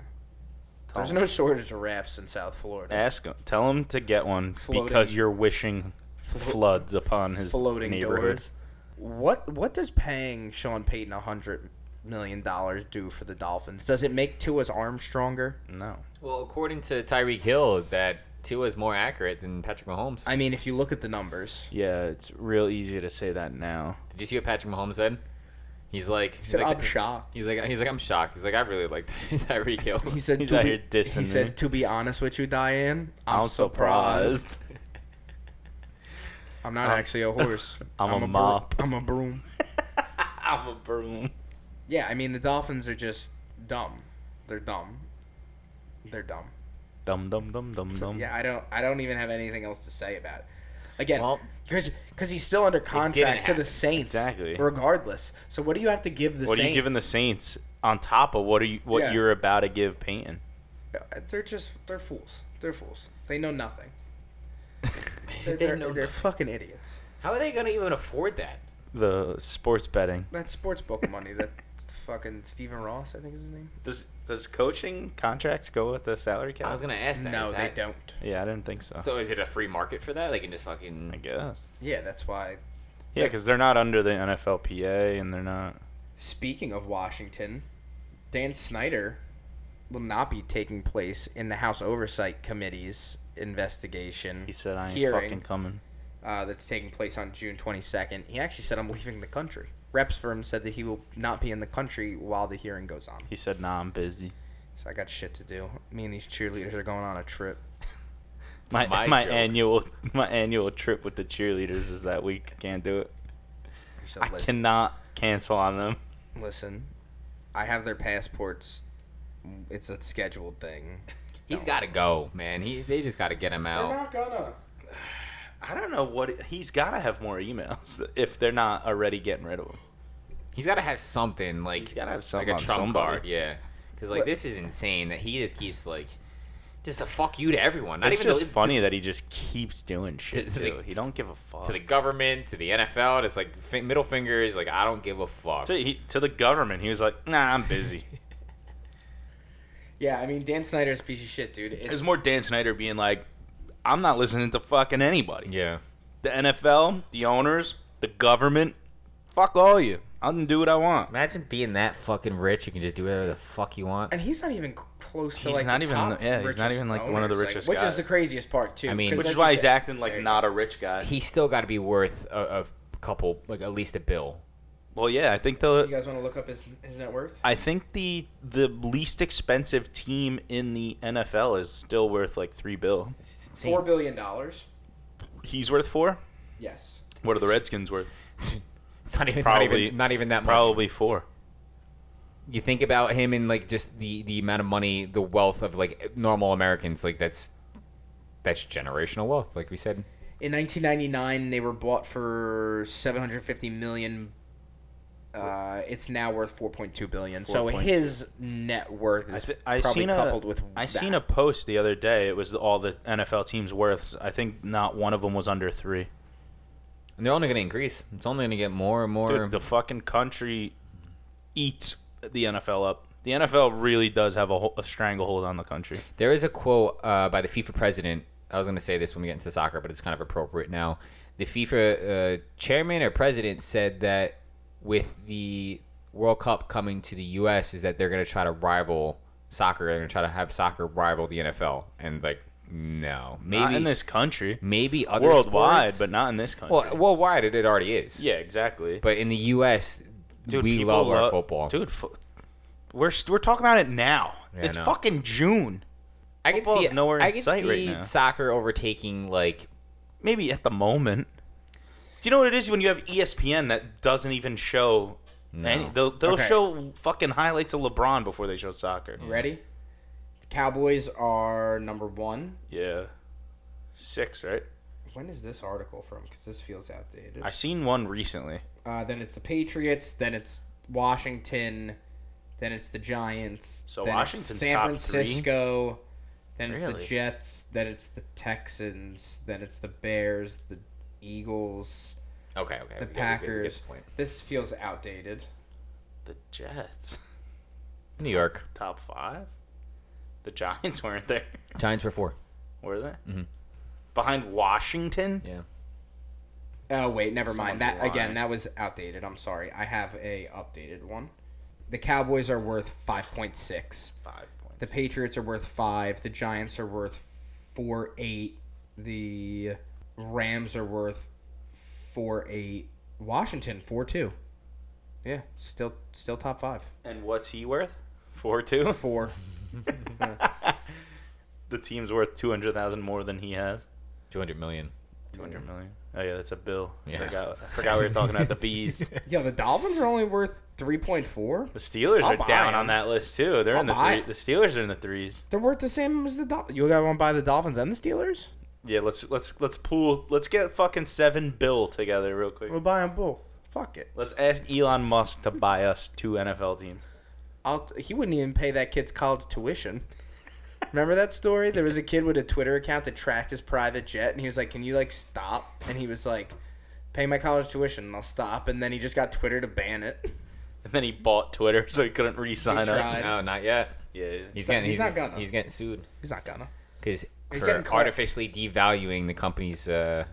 Speaker 1: There's
Speaker 3: him.
Speaker 1: no shortage of rafts in South Florida.
Speaker 3: Ask him. Tell him to get one because
Speaker 1: Floating-
Speaker 3: you're wishing
Speaker 1: Flo-
Speaker 3: floods upon his
Speaker 1: Floating
Speaker 3: neighborhood.
Speaker 1: doors. What what does paying Sean Payton a hundred million dollars do for the Dolphins? Does it make Tua's arm stronger?
Speaker 3: No.
Speaker 2: Well, according to Tyreek Hill, that Tua is more accurate than Patrick Mahomes.
Speaker 1: I mean, if you look at the numbers,
Speaker 3: Yeah, it's real easy to say that now.
Speaker 2: Did you see what Patrick Mahomes said? He's like, he's
Speaker 1: said,
Speaker 2: like,
Speaker 1: I'm shocked.
Speaker 2: he's like, he's like, I'm shocked. He's like, I really like Tyreek Hill.
Speaker 1: He said,
Speaker 3: He's
Speaker 1: to
Speaker 3: out
Speaker 1: be-
Speaker 3: here dissing
Speaker 1: He
Speaker 3: me.
Speaker 1: said, to be honest with you, Diane, I'm, surprised.
Speaker 3: surprised.
Speaker 1: I'm not actually a horse.
Speaker 3: I'm a
Speaker 1: bro-
Speaker 3: mop.
Speaker 1: I'm a broom.
Speaker 3: I'm a broom.
Speaker 1: Yeah, I mean the Dolphins are just dumb. They're dumb. They're dumb.
Speaker 3: Dum dum dum dum dum.
Speaker 1: Yeah, I don't. I don't even have anything else to say about it. Again,
Speaker 2: Well-
Speaker 1: because he's still under contract to
Speaker 2: happen.
Speaker 1: the Saints,
Speaker 3: Exactly.
Speaker 1: Regardless, so what do you have to give the
Speaker 3: What
Speaker 1: Saints?
Speaker 3: are you giving the Saints on top of what are you what
Speaker 1: Yeah.
Speaker 3: you're about to give Peyton?
Speaker 1: Uh, They're just they're fools. They're fools. They know nothing. They're,
Speaker 2: They
Speaker 1: they're,
Speaker 2: know
Speaker 1: they're fucking idiots.
Speaker 2: How are they gonna even afford that?
Speaker 3: The sports betting.
Speaker 1: That's sports book money. That fucking Stephen Ross, I think is his name.
Speaker 3: Does does coaching contracts go with the salary cap?
Speaker 2: I was gonna ask that.
Speaker 1: No,
Speaker 2: Is
Speaker 1: they
Speaker 2: that-
Speaker 1: don't.
Speaker 3: yeah, I didn't think so.
Speaker 2: So is it a free market for that? They can just fucking.
Speaker 3: I guess.
Speaker 1: Yeah, that's why.
Speaker 3: Yeah, because they're not under the NFLPA and they're not.
Speaker 1: Speaking of Washington, Dan Snyder will not be taking place in the House Oversight Committee's investigation.
Speaker 3: He said I ain't
Speaker 1: hearing.
Speaker 3: fucking coming.
Speaker 1: uh, that's taking place on June 22nd. He actually said, I'm leaving the country. Reps for him said that he will not be in the country while the hearing goes on.
Speaker 3: He said nah, I'm busy.
Speaker 1: So I got shit to do. Me and these cheerleaders are going on a trip.
Speaker 3: My
Speaker 2: my
Speaker 3: my,
Speaker 2: joke.
Speaker 3: annual my annual trip with the cheerleaders is that week. Can't do it.
Speaker 1: He said,
Speaker 3: I
Speaker 1: listen,
Speaker 3: cannot cancel on them.
Speaker 1: listen, I have their passports. It's a scheduled thing.
Speaker 2: He's got to go, man. He they just got to get him out.
Speaker 1: gonna.
Speaker 3: I don't know what he's got to have more emails if they're not already getting rid of him.
Speaker 2: He's got to have something like
Speaker 3: He's gotta have
Speaker 2: like
Speaker 3: something
Speaker 2: a
Speaker 3: on
Speaker 2: trump
Speaker 3: somebody.
Speaker 2: card, yeah. Because like
Speaker 1: But-
Speaker 2: this is insane that he just keeps like just a fuck you to everyone. Not
Speaker 3: It's
Speaker 2: even
Speaker 3: just
Speaker 2: to,
Speaker 3: funny that he just keeps doing shit
Speaker 2: to
Speaker 3: too.
Speaker 2: the-
Speaker 3: he don't give a fuck.
Speaker 2: to the government, to the NFL. It's like fi- middle fingers. Like I don't give a fuck.
Speaker 3: to, he, to the government, he was like, "Nah, I'm busy."
Speaker 1: Yeah, I mean, Dan Snyder's a piece of shit, dude. It's,
Speaker 3: It's more Dan Snyder being like, "I'm not listening to fucking anybody.
Speaker 2: Yeah.
Speaker 3: The NFL, the owners, the government, fuck all you. I can do what I want."
Speaker 2: Imagine being that fucking rich. You can just do whatever the fuck you want.
Speaker 1: and he's not even close to
Speaker 3: He's
Speaker 1: like
Speaker 3: not
Speaker 1: the
Speaker 3: even-
Speaker 1: top
Speaker 3: yeah, he's not
Speaker 1: richest
Speaker 3: even, like, one of the
Speaker 1: owners, like,
Speaker 3: richest
Speaker 1: which is
Speaker 3: guys.
Speaker 1: the craziest part too.
Speaker 2: I mean-
Speaker 1: 'cause
Speaker 3: Which
Speaker 1: like
Speaker 3: is
Speaker 1: you
Speaker 3: why he's
Speaker 1: said-
Speaker 3: acting like not a rich guy.
Speaker 2: He's still got to be worth a, a couple, like at least a bill.
Speaker 3: Well, yeah, I think
Speaker 1: You
Speaker 3: the
Speaker 1: guys want to look up his his net worth?
Speaker 3: I think the the least expensive team in the NFL is still worth like three bill.
Speaker 2: It's just insane.
Speaker 1: Four billion dollars.
Speaker 3: He's worth four.
Speaker 1: Yes.
Speaker 3: What are the Redskins worth?
Speaker 2: It's not even, not
Speaker 3: Probably-
Speaker 2: even not even that much.
Speaker 3: Probably four.
Speaker 2: you think about him and like just the the amount of money the wealth of like normal americans like that's that's generational wealth like we said
Speaker 1: In 1999, they were bought for 750 million. Uh, it's now worth 4.2 billion. so
Speaker 3: Four point-
Speaker 1: his net worth
Speaker 3: I
Speaker 1: is
Speaker 3: th- I
Speaker 1: probably
Speaker 3: seen a,
Speaker 1: coupled with.
Speaker 3: I
Speaker 1: that.
Speaker 3: seen a post the other day. It was all the NFL teams' worths. I think not one of them was under three.
Speaker 2: and they're only going to increase it's only going to get more and more
Speaker 3: Dude, the fucking country eats the NFL up. The NFL really does have a, whole, a stranglehold on the country.
Speaker 2: There is a quote uh, by the FIFA president. I was going to say this when we get into soccer, but it's kind of appropriate now. The FIFA uh, chairman or president said that with the World Cup coming to the U.S., is that they're going to try to rival soccer. They're going to try to have soccer rival the NFL, and like no, maybe
Speaker 3: not in this country.
Speaker 2: maybe other
Speaker 3: Worldwide, but
Speaker 2: sports-
Speaker 3: not in this country.
Speaker 2: well, worldwide it, it already is.
Speaker 3: yeah, exactly.
Speaker 2: but in the U.S., we
Speaker 3: people
Speaker 2: love our
Speaker 3: lo-
Speaker 2: football.
Speaker 3: Dude, fo- we're, st- we're talking about it now.
Speaker 2: Yeah, I
Speaker 3: it's
Speaker 2: know.
Speaker 3: fucking June.
Speaker 2: I can
Speaker 3: football's
Speaker 2: see
Speaker 3: nowhere in
Speaker 2: I can
Speaker 3: sight
Speaker 2: see
Speaker 3: right now.
Speaker 2: soccer overtaking like
Speaker 3: Maybe at the moment. Do you know what it is when you have E ESPN that doesn't even show any? They'll, they'll
Speaker 1: Okay.
Speaker 3: show fucking highlights of LeBron before they show soccer.
Speaker 1: Ready? Cowboys are number one.
Speaker 3: Yeah. Six, right?
Speaker 1: When is this article from? Because this feels outdated.
Speaker 3: I seen one recently.
Speaker 1: Uh, then it's the Patriots. Then it's Washington. Then it's the Giants.
Speaker 3: So
Speaker 1: then it's
Speaker 3: Washington's
Speaker 1: San
Speaker 3: top three?
Speaker 1: Francisco. Then it's the
Speaker 3: Really?
Speaker 1: Jets. Then it's the Texans. Then it's the Bears. The Eagles.
Speaker 2: okay, okay,
Speaker 1: the
Speaker 2: we get- we get- we get
Speaker 1: Packers.
Speaker 2: the point.
Speaker 1: This feels outdated.
Speaker 3: The Jets.
Speaker 2: New York.
Speaker 3: Top five? The Giants weren't there,
Speaker 2: Giants were four.
Speaker 3: were they? Behind Washington?
Speaker 2: Mm-hmm. Yeah.
Speaker 1: Oh wait, never
Speaker 3: Someone
Speaker 1: mind. That
Speaker 3: lying.
Speaker 1: again, that was outdated. I'm sorry. I have a updated one. The Cowboys are worth 5.6.
Speaker 3: Five points.
Speaker 1: The Patriots are worth 5. The Giants are worth 4 8. The Rams are worth 4 8. Washington 4 2. Yeah, still still top five.
Speaker 3: And what's he worth? Four two.
Speaker 1: Four.
Speaker 3: The team's worth two hundred thousand more than he has.
Speaker 2: Two hundred million.
Speaker 3: Two hundred million. Oh yeah, that's a bill.
Speaker 2: Yeah.
Speaker 3: I forgot, I forgot we were talking about the bees.
Speaker 1: Yeah, the Dolphins are only worth three point four.
Speaker 3: The Steelers
Speaker 1: I'll
Speaker 3: are
Speaker 1: buy
Speaker 3: down
Speaker 1: him.
Speaker 3: on that list too. They're
Speaker 1: I'll
Speaker 3: in the
Speaker 1: buy
Speaker 3: three,
Speaker 1: it.
Speaker 3: the Steelers are in the threes.
Speaker 1: They're worth the same as the Dolphins. You guys want to buy the Dolphins and the Steelers?
Speaker 3: Yeah, let's let's let's pool let's get fucking seven bill together real quick.
Speaker 1: We'll buy them both. Fuck it.
Speaker 3: Let's ask Elon Musk to buy us two NFL teams.
Speaker 1: I'll, he wouldn't even pay that kid's college tuition. Remember that story? There was a kid with a Twitter account that tracked his private jet, and he was like, "Can you like stop?" And he was like, "Pay my college tuition, and I'll stop." And then he just got Twitter to ban it.
Speaker 3: And then he bought Twitter so he couldn't re-sign
Speaker 1: He
Speaker 3: up.
Speaker 1: tried.
Speaker 2: No, not yet.
Speaker 3: Yeah.
Speaker 2: He's
Speaker 1: So
Speaker 2: getting
Speaker 1: he's
Speaker 2: he's,
Speaker 1: not gonna.
Speaker 2: he's getting sued
Speaker 1: He's not gonna.
Speaker 2: because
Speaker 1: He's
Speaker 2: for
Speaker 1: getting cla-
Speaker 2: artificially devaluing the company's uh,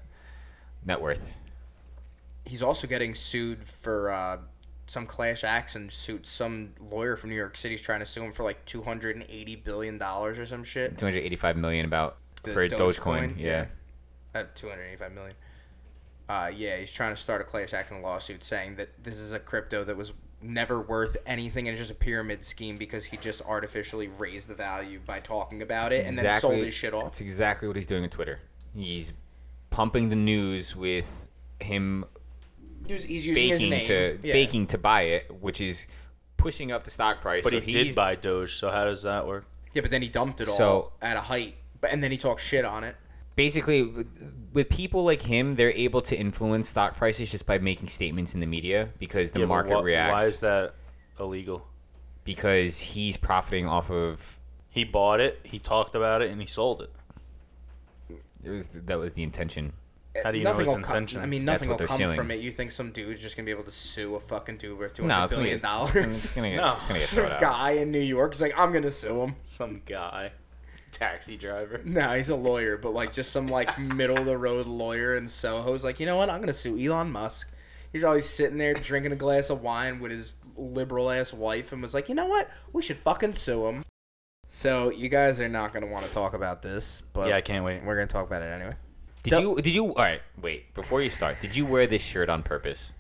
Speaker 2: net worth.
Speaker 1: He's also getting sued for uh, some class action suit. Some lawyer from New York City's trying to sue him for like two hundred and eighty billion dollars or some shit
Speaker 2: Two hundred eighty-five million about
Speaker 1: The
Speaker 2: for Dogecoin.
Speaker 1: Dogecoin,
Speaker 2: Yeah.
Speaker 1: yeah. at two hundred eighty-five million. Uh, yeah, he's trying to start a class action lawsuit saying that this is a crypto that was never worth anything and it's just a pyramid scheme because he just artificially raised the value by talking about it and then sold his shit off.
Speaker 2: That's exactly what he's doing on Twitter. He's pumping the news with him
Speaker 1: He was, he's using his
Speaker 2: faking
Speaker 1: name.
Speaker 2: to
Speaker 1: Yeah.
Speaker 2: faking to buy it, which is pushing up the stock price.
Speaker 3: But
Speaker 2: so
Speaker 3: he
Speaker 2: he's-
Speaker 3: did buy Doge, so how does that work?
Speaker 1: Yeah, but then he dumped it all
Speaker 2: So-
Speaker 1: at a height, but and then he talked shit on it.
Speaker 2: basically with- with people like him, they're able to influence stock prices just by making statements in the media because the
Speaker 3: Yeah, but
Speaker 2: market
Speaker 3: wha-
Speaker 2: reacts.
Speaker 3: Why is that illegal?
Speaker 2: Because he's profiting off of
Speaker 3: He bought it, he talked about it, and he sold it.
Speaker 2: it was that was the intention.
Speaker 3: How do
Speaker 1: Eh,
Speaker 3: you
Speaker 1: nothing
Speaker 3: know
Speaker 1: will
Speaker 3: his
Speaker 1: come.
Speaker 3: intentions?
Speaker 1: I mean,
Speaker 2: That's
Speaker 1: nothing
Speaker 2: what
Speaker 1: will
Speaker 2: they're
Speaker 1: come
Speaker 2: suing.
Speaker 1: from it. You think some dude's just gonna be able to sue a fucking dude worth two
Speaker 2: No,
Speaker 1: hundred
Speaker 2: it's gonna
Speaker 1: billion
Speaker 2: get, it's gonna-
Speaker 1: dollars?
Speaker 2: it's gonna get,
Speaker 3: No.
Speaker 2: it's gonna get
Speaker 1: Some
Speaker 2: thrown out.
Speaker 1: guy in New York is like, I'm gonna sue him.
Speaker 3: some guy, taxi driver.
Speaker 1: No, he's a lawyer, but like just some like middle of the road lawyer in Soho's like, you know what? I'm gonna sue Elon Musk. He's always sitting there drinking a glass of wine with his liberal ass wife, and was like, you know what? We should fucking sue him. So you guys are not gonna want to talk about this, but
Speaker 3: Yeah, I can't wait.
Speaker 1: We're gonna talk about it anyway.
Speaker 2: Did you? Did you? All right. Wait. Before you start, did you wear this shirt on purpose?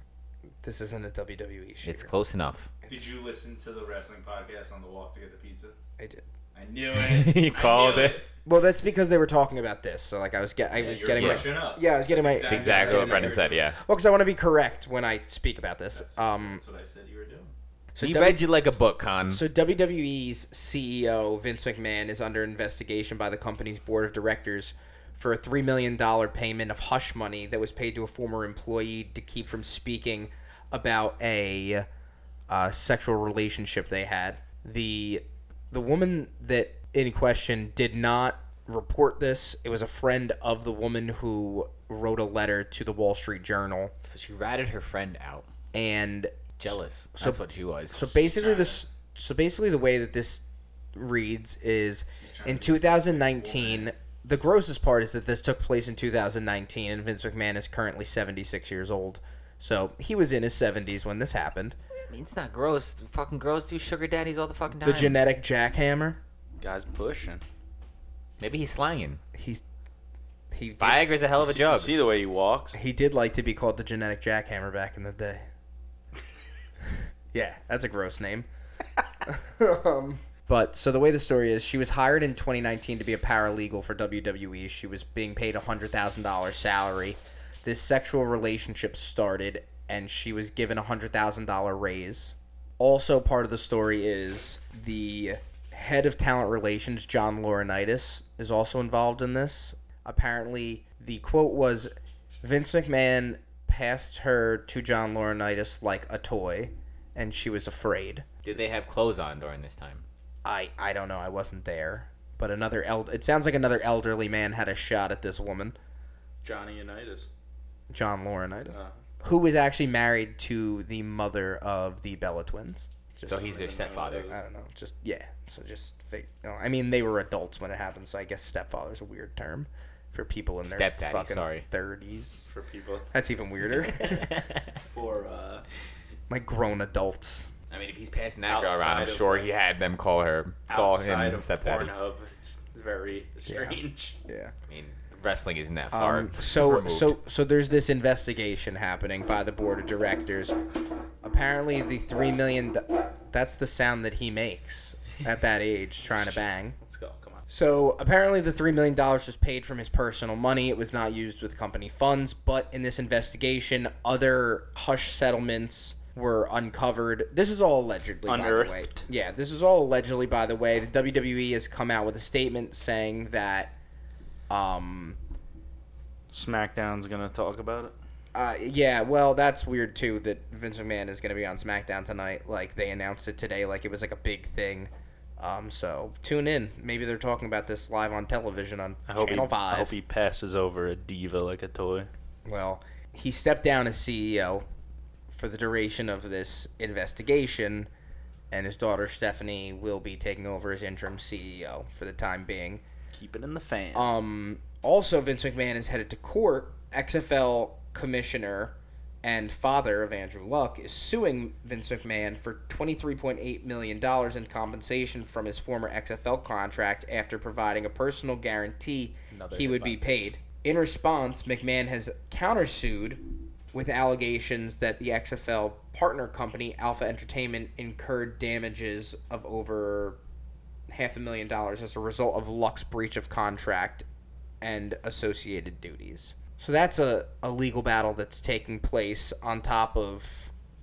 Speaker 1: This isn't a E WWE shit.
Speaker 2: It's close enough.
Speaker 4: Did you listen to the wrestling podcast on the walk to get the pizza?
Speaker 1: I did.
Speaker 4: I knew it.
Speaker 2: You
Speaker 4: I knew
Speaker 2: called it.
Speaker 1: Well, that's because they were talking about this. So like I was get I was
Speaker 4: You're
Speaker 1: getting my
Speaker 4: brushing up.
Speaker 1: yeah I was getting my
Speaker 4: That's
Speaker 2: Exactly
Speaker 4: Yeah,
Speaker 2: what Brendan said. Yeah.
Speaker 1: Well, because I want to be correct when I speak about this.
Speaker 4: That's,
Speaker 1: um,
Speaker 4: that's what I said you were doing.
Speaker 1: so
Speaker 2: he
Speaker 1: W-
Speaker 2: read you like a book, Con.
Speaker 1: So WWE's CEO E Vince McMahon is under investigation by the company's board of directors for a three million dollar payment of hush money that was paid to a former employee to keep from speaking about a uh, sexual relationship they had. The the woman that in question did not report this. It was a friend of the woman who wrote a letter to the Wall Street Journal,
Speaker 2: So she ratted her friend out.
Speaker 1: and
Speaker 2: Jealous. That's what she was.
Speaker 1: so basically, this. So basically, the way that this reads is in 2019. The grossest part is that this took place in 2019, and Vince McMahon is currently 76 years old. So he was in his 70s when this happened.
Speaker 2: it's not gross. Fucking girls do sugar daddies all the fucking time.
Speaker 1: The genetic jackhammer.
Speaker 3: Guy's pushing.
Speaker 2: Maybe he's slanging.
Speaker 1: He's he did,
Speaker 2: Viagra's a hell of a drug.
Speaker 3: See the way he walks.
Speaker 1: he did like to be called the genetic jackhammer back in the day. yeah, that's a gross name. um, but so the way the story is, she was hired in 2019 to be a paralegal for WWE. She was being paid a hundred thousand dollars salary. This sexual relationship started, and she was given a hundred thousand dollar raise. Also, part of the story is the head of talent relations, John Laurinaitis, is also involved in this. Apparently, the quote was Vince McMahon passed her to John Laurinaitis like a toy, and she was afraid.
Speaker 2: Did they have clothes on during this time?
Speaker 1: I I don't know. I wasn't there. But another el- it sounds like another elderly man had a shot at this woman,
Speaker 3: Johnny Unitas.
Speaker 1: John Laurinaitis, who was actually married to the mother of the Bella twins. Just,
Speaker 2: So he's their stepfather.
Speaker 1: I don't know. Just yeah. So just fake. You know, I mean, they were adults when it happened, so I guess stepfather's a weird term for people in their
Speaker 2: Stepdaddy,
Speaker 1: fucking
Speaker 2: sorry.
Speaker 1: 30s.
Speaker 3: for people.
Speaker 1: That's even weirder.
Speaker 4: For uh,
Speaker 1: like grown adults.
Speaker 2: I mean, if he's passing that girl around, I'm
Speaker 4: Outside of-
Speaker 2: sure he had them call her, call him
Speaker 4: outside
Speaker 2: and
Speaker 4: of
Speaker 2: stepdaddy.
Speaker 4: Pornhub, it's very strange.
Speaker 1: Yeah.
Speaker 2: I mean, wrestling isn't that far.
Speaker 1: Um, so
Speaker 2: removed.
Speaker 1: so so there's this investigation happening by the board of directors apparently the three million. do- That's the sound that he makes at that age, trying to bang.
Speaker 4: Let's go. Come on.
Speaker 1: So apparently, the three million dollars was paid from his personal money. It was not used with company funds. But in this investigation, other hush settlements were uncovered. This is all allegedly, by the way.
Speaker 3: Unearthed.
Speaker 1: Yeah, this is all allegedly, by the way. The WWE has come out with a statement saying that, um,
Speaker 3: SmackDown's gonna talk about it.
Speaker 1: uh, yeah, well, that's weird too. That Vince McMahon is going to be on SmackDown tonight. Like they announced it today, like it was like a big thing. Um, so tune in. Maybe they're talking about this live on television on
Speaker 3: I hope, he,
Speaker 1: Channel Five.
Speaker 3: I hope he passes over a diva like a toy.
Speaker 1: Well, he stepped down as CEO for the duration of this investigation, and his daughter Stephanie will be taking over as interim CEO for the time being.
Speaker 3: Keep it in the fan.
Speaker 1: Um, also, Vince McMahon is headed to court. XFL commissioner and father of Andrew Luck is suing Vince McMahon for $23.8 million in compensation from his former XFL contract after providing a personal guarantee he would be paid. In response, McMahon has countersued with allegations that the XFL partner company Alpha Entertainment incurred damages of over half a million dollars as a result of Luck's breach of contract and associated duties. So that's a, a legal battle that's taking place on top of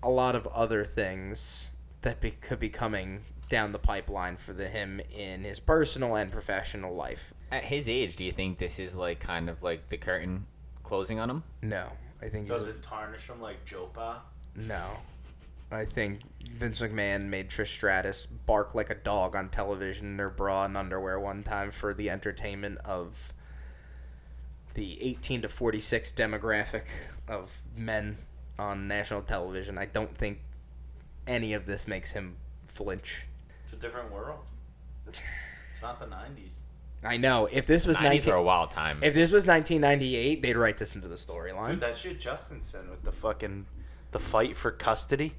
Speaker 1: a lot of other things that be, could be coming down the pipeline for the him in his personal and professional life.
Speaker 2: At his age, do you think this is like kind of like the curtain closing on him?
Speaker 1: No, I think he's
Speaker 4: Does it tarnish him like Jopa?
Speaker 1: no. I think Vince McMahon made Trish Stratus bark like a dog on television in her bra and underwear one time for the entertainment of the 18 to 46 demographic of men on national television. I don't think any of this makes him flinch.
Speaker 4: It's a different world. It's not the '90s.
Speaker 1: I know if this was
Speaker 2: 90s
Speaker 1: 19,
Speaker 2: are a wild time.
Speaker 1: if this was 1998, they'd write this into the storyline.
Speaker 4: Dude, that shit Justin said with the
Speaker 3: the fucking the fight for custody.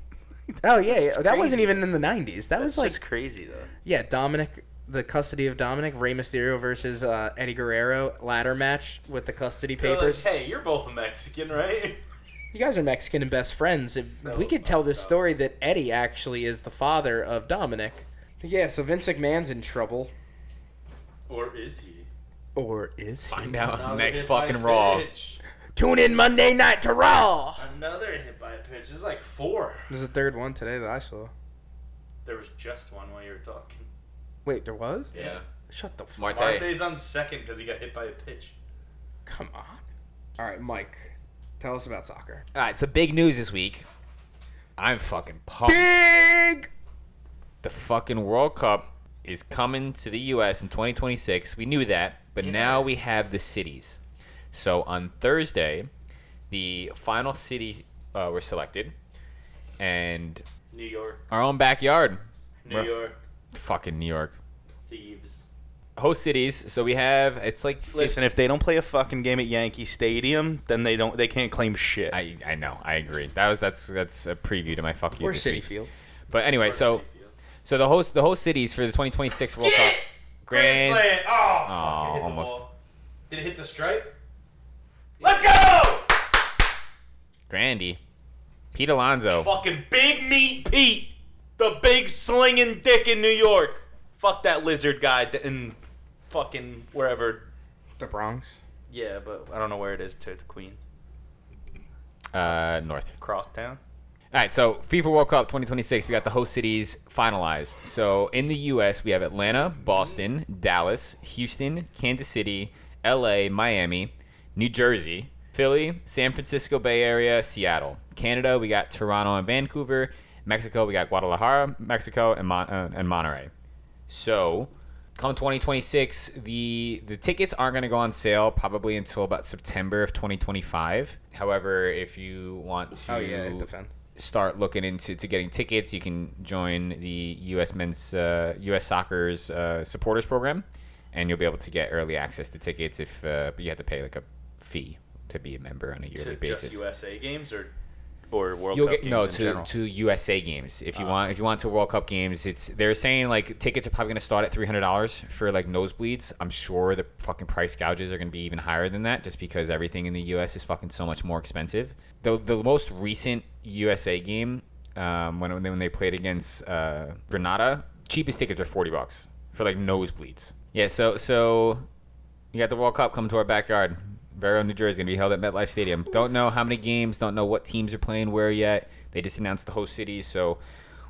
Speaker 1: Oh yeah, yeah. that wasn't
Speaker 3: crazy.
Speaker 1: even in the 90s. That was
Speaker 3: That's
Speaker 1: like
Speaker 3: just crazy though.
Speaker 1: Yeah, Dominic, the custody of Dominic, Rey Mysterio versus uh, Eddie Guerrero ladder match with the custody
Speaker 4: They're like,
Speaker 1: papers.
Speaker 4: hey, you're both Mexican, right?
Speaker 1: You guys are Mexican and best friends. If
Speaker 4: So
Speaker 1: we could tell this
Speaker 4: fucked up.
Speaker 1: story that Eddie actually is the father of Dominic. Yeah, so Vince McMahon's in trouble,
Speaker 4: or is he?
Speaker 1: or is he?
Speaker 2: Find out
Speaker 4: Another
Speaker 2: next
Speaker 4: hit by
Speaker 2: fucking
Speaker 4: a
Speaker 2: Raw.
Speaker 4: pitch.
Speaker 1: Tune in Monday night to Raw.
Speaker 4: Another hit by a pitch. There's like four.
Speaker 1: There's a third one today that I saw.
Speaker 4: There was just one while you were talking.
Speaker 1: Wait, there was?
Speaker 2: Yeah.
Speaker 1: Shut the f-
Speaker 2: Marte.
Speaker 4: Marte's on second because he got hit by a pitch.
Speaker 1: Come on. All right, Mike, tell us about soccer.
Speaker 2: All right, so big news this week. I'm fucking pumped.
Speaker 1: Big.
Speaker 2: The fucking World Cup is coming to the U.S. in 2026. We knew that, but now we have the cities. So on Thursday, the final city uh, were selected, and
Speaker 4: New York,
Speaker 2: our own backyard,
Speaker 4: New
Speaker 2: Right.
Speaker 4: York,
Speaker 2: fucking New York,
Speaker 4: thieves.
Speaker 2: host cities. So we have it's like
Speaker 3: Listen, if they don't play a fucking game at Yankee Stadium, then they don't they can't claim shit.
Speaker 2: I I know I agree. That was that's that's a preview to my fuck you.
Speaker 1: Or
Speaker 2: this
Speaker 1: City
Speaker 2: week.
Speaker 1: Field.
Speaker 2: But anyway, so so the host the host cities for the 2026 World Cup.
Speaker 4: Grand slam. Oh, fuck,
Speaker 2: Aw,
Speaker 4: it hit the
Speaker 2: almost.
Speaker 4: wall. Did it hit the stripe? Let's go!
Speaker 2: Grandy. Pete Alonso.
Speaker 3: fucking Big Meat Pete, the big slinging dick in New York. Fuck that lizard guy th- in fucking wherever.
Speaker 1: The Bronx.
Speaker 3: Yeah, but I don't know where it is to Queens,
Speaker 2: Uh, North.
Speaker 3: Crosstown.
Speaker 2: All right, so FIFA World Cup 2026, we got the host cities finalized. So in the U.S., we have Atlanta, Boston, Dallas, Houston, Kansas City, L.A., Miami, New Jersey, Philly, San Francisco Bay Area, Seattle. Canada, we got Toronto and Vancouver. Mexico, we got Guadalajara, Mexico, and, Mon- uh, and Monterey. So, come 2026, the the tickets aren't going to go on sale probably until about September of 2025. However, if you want to
Speaker 1: Oh yeah, defend.
Speaker 2: start looking into to getting tickets, you can join the U.S. men's uh, U.S. soccer's uh, supporters program, and you'll be able to get early access to tickets if uh, but you have to pay like a fee to be a member on a yearly
Speaker 3: To
Speaker 2: basis.
Speaker 3: just USA games or or World
Speaker 2: You'll
Speaker 3: Cup
Speaker 2: get
Speaker 3: games
Speaker 2: no
Speaker 3: in
Speaker 2: to
Speaker 3: general. Uh.
Speaker 2: to USA games if you want if you want to World Cup games. It's they're saying like tickets are probably gonna start at three hundred dollars for like nosebleeds. I'm sure the fucking price gouges are gonna be even higher than that just because everything in the US is fucking so much more expensive. The the most recent USA game um, when when they, when they played against uh, Granada. Cheapest tickets were forty bucks for like nosebleeds. Yeah, so so you got the World Cup coming to our backyard. Vero, New Jersey, gonna be held at MetLife Stadium. Don't know how many games. Don't know what teams are playing where yet. They just announced the host cities, so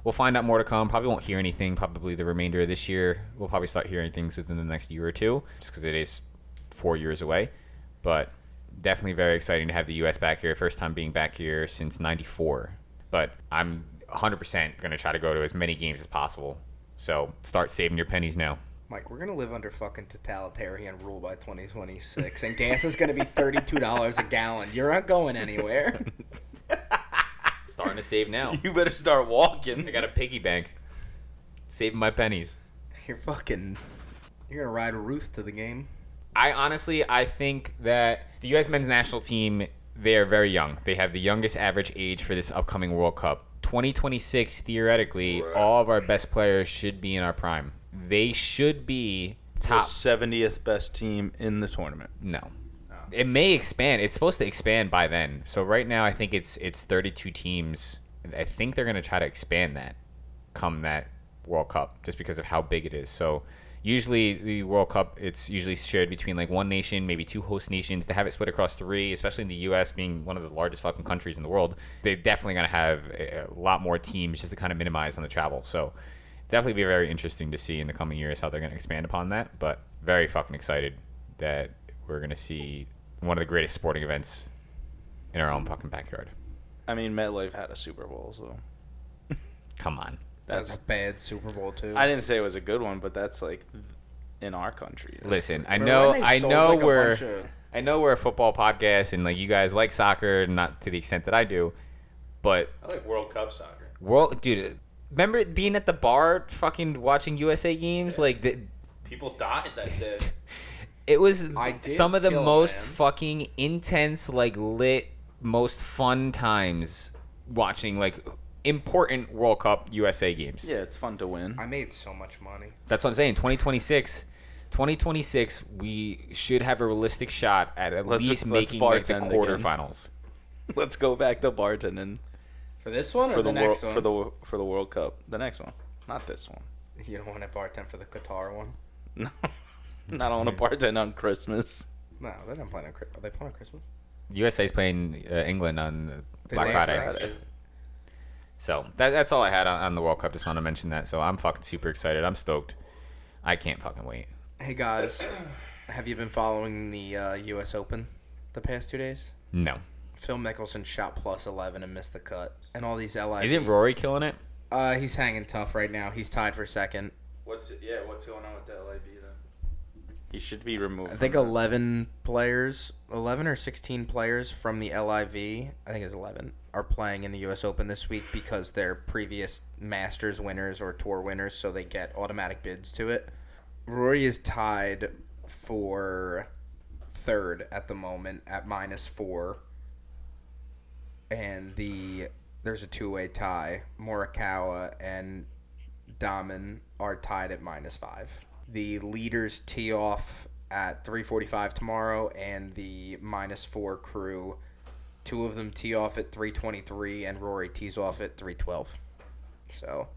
Speaker 2: we'll find out more to come. Probably won't hear anything. Probably the remainder of this year. We'll probably start hearing things within the next year or two, just because it is four years away. But definitely very exciting to have the U.S. back here. First time being back here since '94. But I'm 100% gonna try to go to as many games as possible. So start saving your pennies now.
Speaker 1: Mike, we're gonna live under fucking totalitarian rule by 2026, and gas is gonna be thirty-two dollars a gallon. You're not going anywhere.
Speaker 2: Starting to save now.
Speaker 3: You better start
Speaker 2: I
Speaker 3: walking.
Speaker 2: got a piggy bank. Saving my pennies.
Speaker 1: You're fucking. You're gonna ride Ruth to the game.
Speaker 2: I honestly, I think that the U.S. men's national team, they are very young. They have the youngest average age for this upcoming World Cup. 2026, theoretically, all of our best players should be in our prime. They should be
Speaker 3: The
Speaker 2: top.
Speaker 3: 70th best team in the tournament.
Speaker 2: No. It may expand. It's supposed to expand by then. So right now, I think it's it's 32 teams. I think they're going to try to expand that come that World Cup just because of how big it is. So usually the World Cup it's usually shared between like one nation, maybe two host nations. To have it split across three, especially in the U.S. being one of the largest fucking countries in the world, they're definitely going to have a, a lot more teams just to kind of minimize on the travel. So definitely be very interesting to see in the coming years how they're going to expand upon that. But very fucking excited that we're going to see one of the greatest sporting events in our own fucking backyard.
Speaker 3: I mean, MetLife had a Super Bowl, so
Speaker 2: Come on.
Speaker 1: That's a bad Super Bowl too.
Speaker 3: I didn't say it was a good one, but that's like in our country. That's-
Speaker 2: Listen, I
Speaker 1: Remember
Speaker 2: know,
Speaker 1: when they
Speaker 2: I
Speaker 1: sold,
Speaker 2: know
Speaker 1: like, a
Speaker 2: we're,
Speaker 1: bunch of-
Speaker 2: I know we're a football podcast, and like you guys like soccer, not to the extent that I do, but
Speaker 4: I like World Cup soccer.
Speaker 2: world, dude, remember being at the bar, fucking watching USA games, like the,
Speaker 4: People died that day.
Speaker 2: it was
Speaker 1: I did
Speaker 2: some of the
Speaker 1: kill a
Speaker 2: most
Speaker 1: man.
Speaker 2: fucking intense, like lit, most fun times watching like important World Cup USA games.
Speaker 3: Yeah, it's fun to win.
Speaker 1: I made so much money.
Speaker 2: That's what I'm saying. 2026, 2026, we should have a realistic shot at at
Speaker 3: Let's-
Speaker 2: least
Speaker 3: let's
Speaker 2: making like the
Speaker 3: bartend again.
Speaker 2: quarterfinals.
Speaker 3: Let's go back to bartending
Speaker 1: For this one or
Speaker 3: for
Speaker 1: the,
Speaker 3: the,
Speaker 1: next
Speaker 3: world
Speaker 1: one?
Speaker 3: for the for the World Cup. The next one, not this one.
Speaker 1: You don't want to bartend for the Qatar one?
Speaker 3: No, not on a bartend on Christmas.
Speaker 1: No, they're not playing on Christmas. Are they playing on Christmas?
Speaker 2: USA's playing uh, England on uh,
Speaker 1: They
Speaker 2: Black
Speaker 1: play
Speaker 2: Friday.
Speaker 1: on
Speaker 2: So that, that's all I had on, on the World Cup. Just want to mention that. So I'm fucking super excited. I'm stoked. I can't fucking wait.
Speaker 1: Hey guys, have you been following the uh, U.S. Open the past two days?
Speaker 2: No.
Speaker 1: Phil Mickelson shot plus 11 and missed the cut. And all these LIs.
Speaker 2: Is it Rory killing it?
Speaker 1: Uh, he's hanging tough right now. He's tied for second.
Speaker 4: What's yeah? What's going on with that LIV though?
Speaker 3: He should be removed.
Speaker 1: I think
Speaker 3: from that.
Speaker 1: 11 players, 11 or 16 players from the LIV, I think it's 11, are playing in the U.S. Open this week because they're previous Masters winners or Tour winners, so they get automatic bids to it. Rory is tied for third at the moment at minus four, and the there's a two-way tie. Morikawa and Daman are tied at minus five. The leaders tee off at 3:45 tomorrow, and the minus four crew, two of them tee off at 3:23, and Rory tees off at 3:12. So,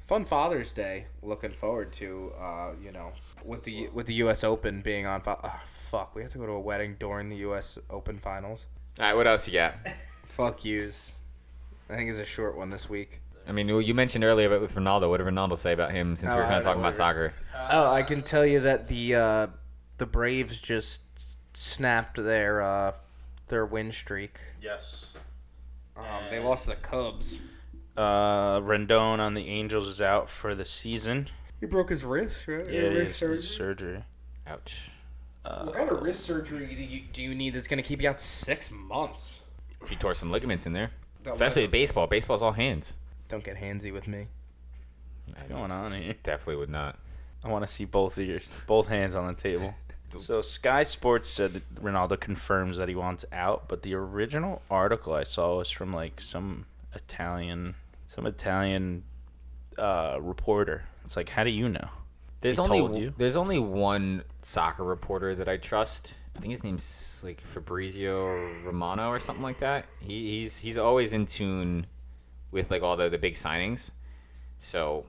Speaker 1: fun Father's Day. Looking forward to, uh, you know, with the with the U.S. Open being on. Fa- oh, fuck, we have to go to a wedding during the U.S. Open finals.
Speaker 2: All right. What else you got?
Speaker 1: Fuck yous. I think it's a short one this week.
Speaker 2: I mean, well, you mentioned earlier about with Ronaldo. What did Ronaldo say about him? Since we
Speaker 1: Oh,
Speaker 2: were kind
Speaker 1: I
Speaker 2: of talking
Speaker 1: don't
Speaker 2: about soccer.
Speaker 1: Oh, I can tell you that the uh, the Braves just snapped their uh, their win streak.
Speaker 4: Yes.
Speaker 1: Um, they lost to the Cubs.
Speaker 3: uh, Rendon on the Angels is out for the season.
Speaker 1: He broke his wrist, right?
Speaker 3: Yeah, it is surgery. Uh,
Speaker 2: Ouch.
Speaker 1: What kind of wrist surgery do you, do you need that's going to keep you out six months?
Speaker 2: He tore some ligaments in there.
Speaker 1: That
Speaker 2: Especially baseball. Baseball's all hands.
Speaker 1: Don't get handsy with me.
Speaker 3: What's going on here?
Speaker 2: Definitely would not.
Speaker 3: I want to see both of your both hands on the table. So Sky Sports said that Ronaldo confirms that he wants out, but the original article I saw was from like some Italian, some Italian uh, reporter. It's like, how do you know?
Speaker 2: There's
Speaker 3: He
Speaker 2: only
Speaker 3: told you.
Speaker 2: there's only one soccer reporter that I trust. I think his name's like Fabrizio Romano or something like that. He, he's he's always in tune with like all the, the big signings. So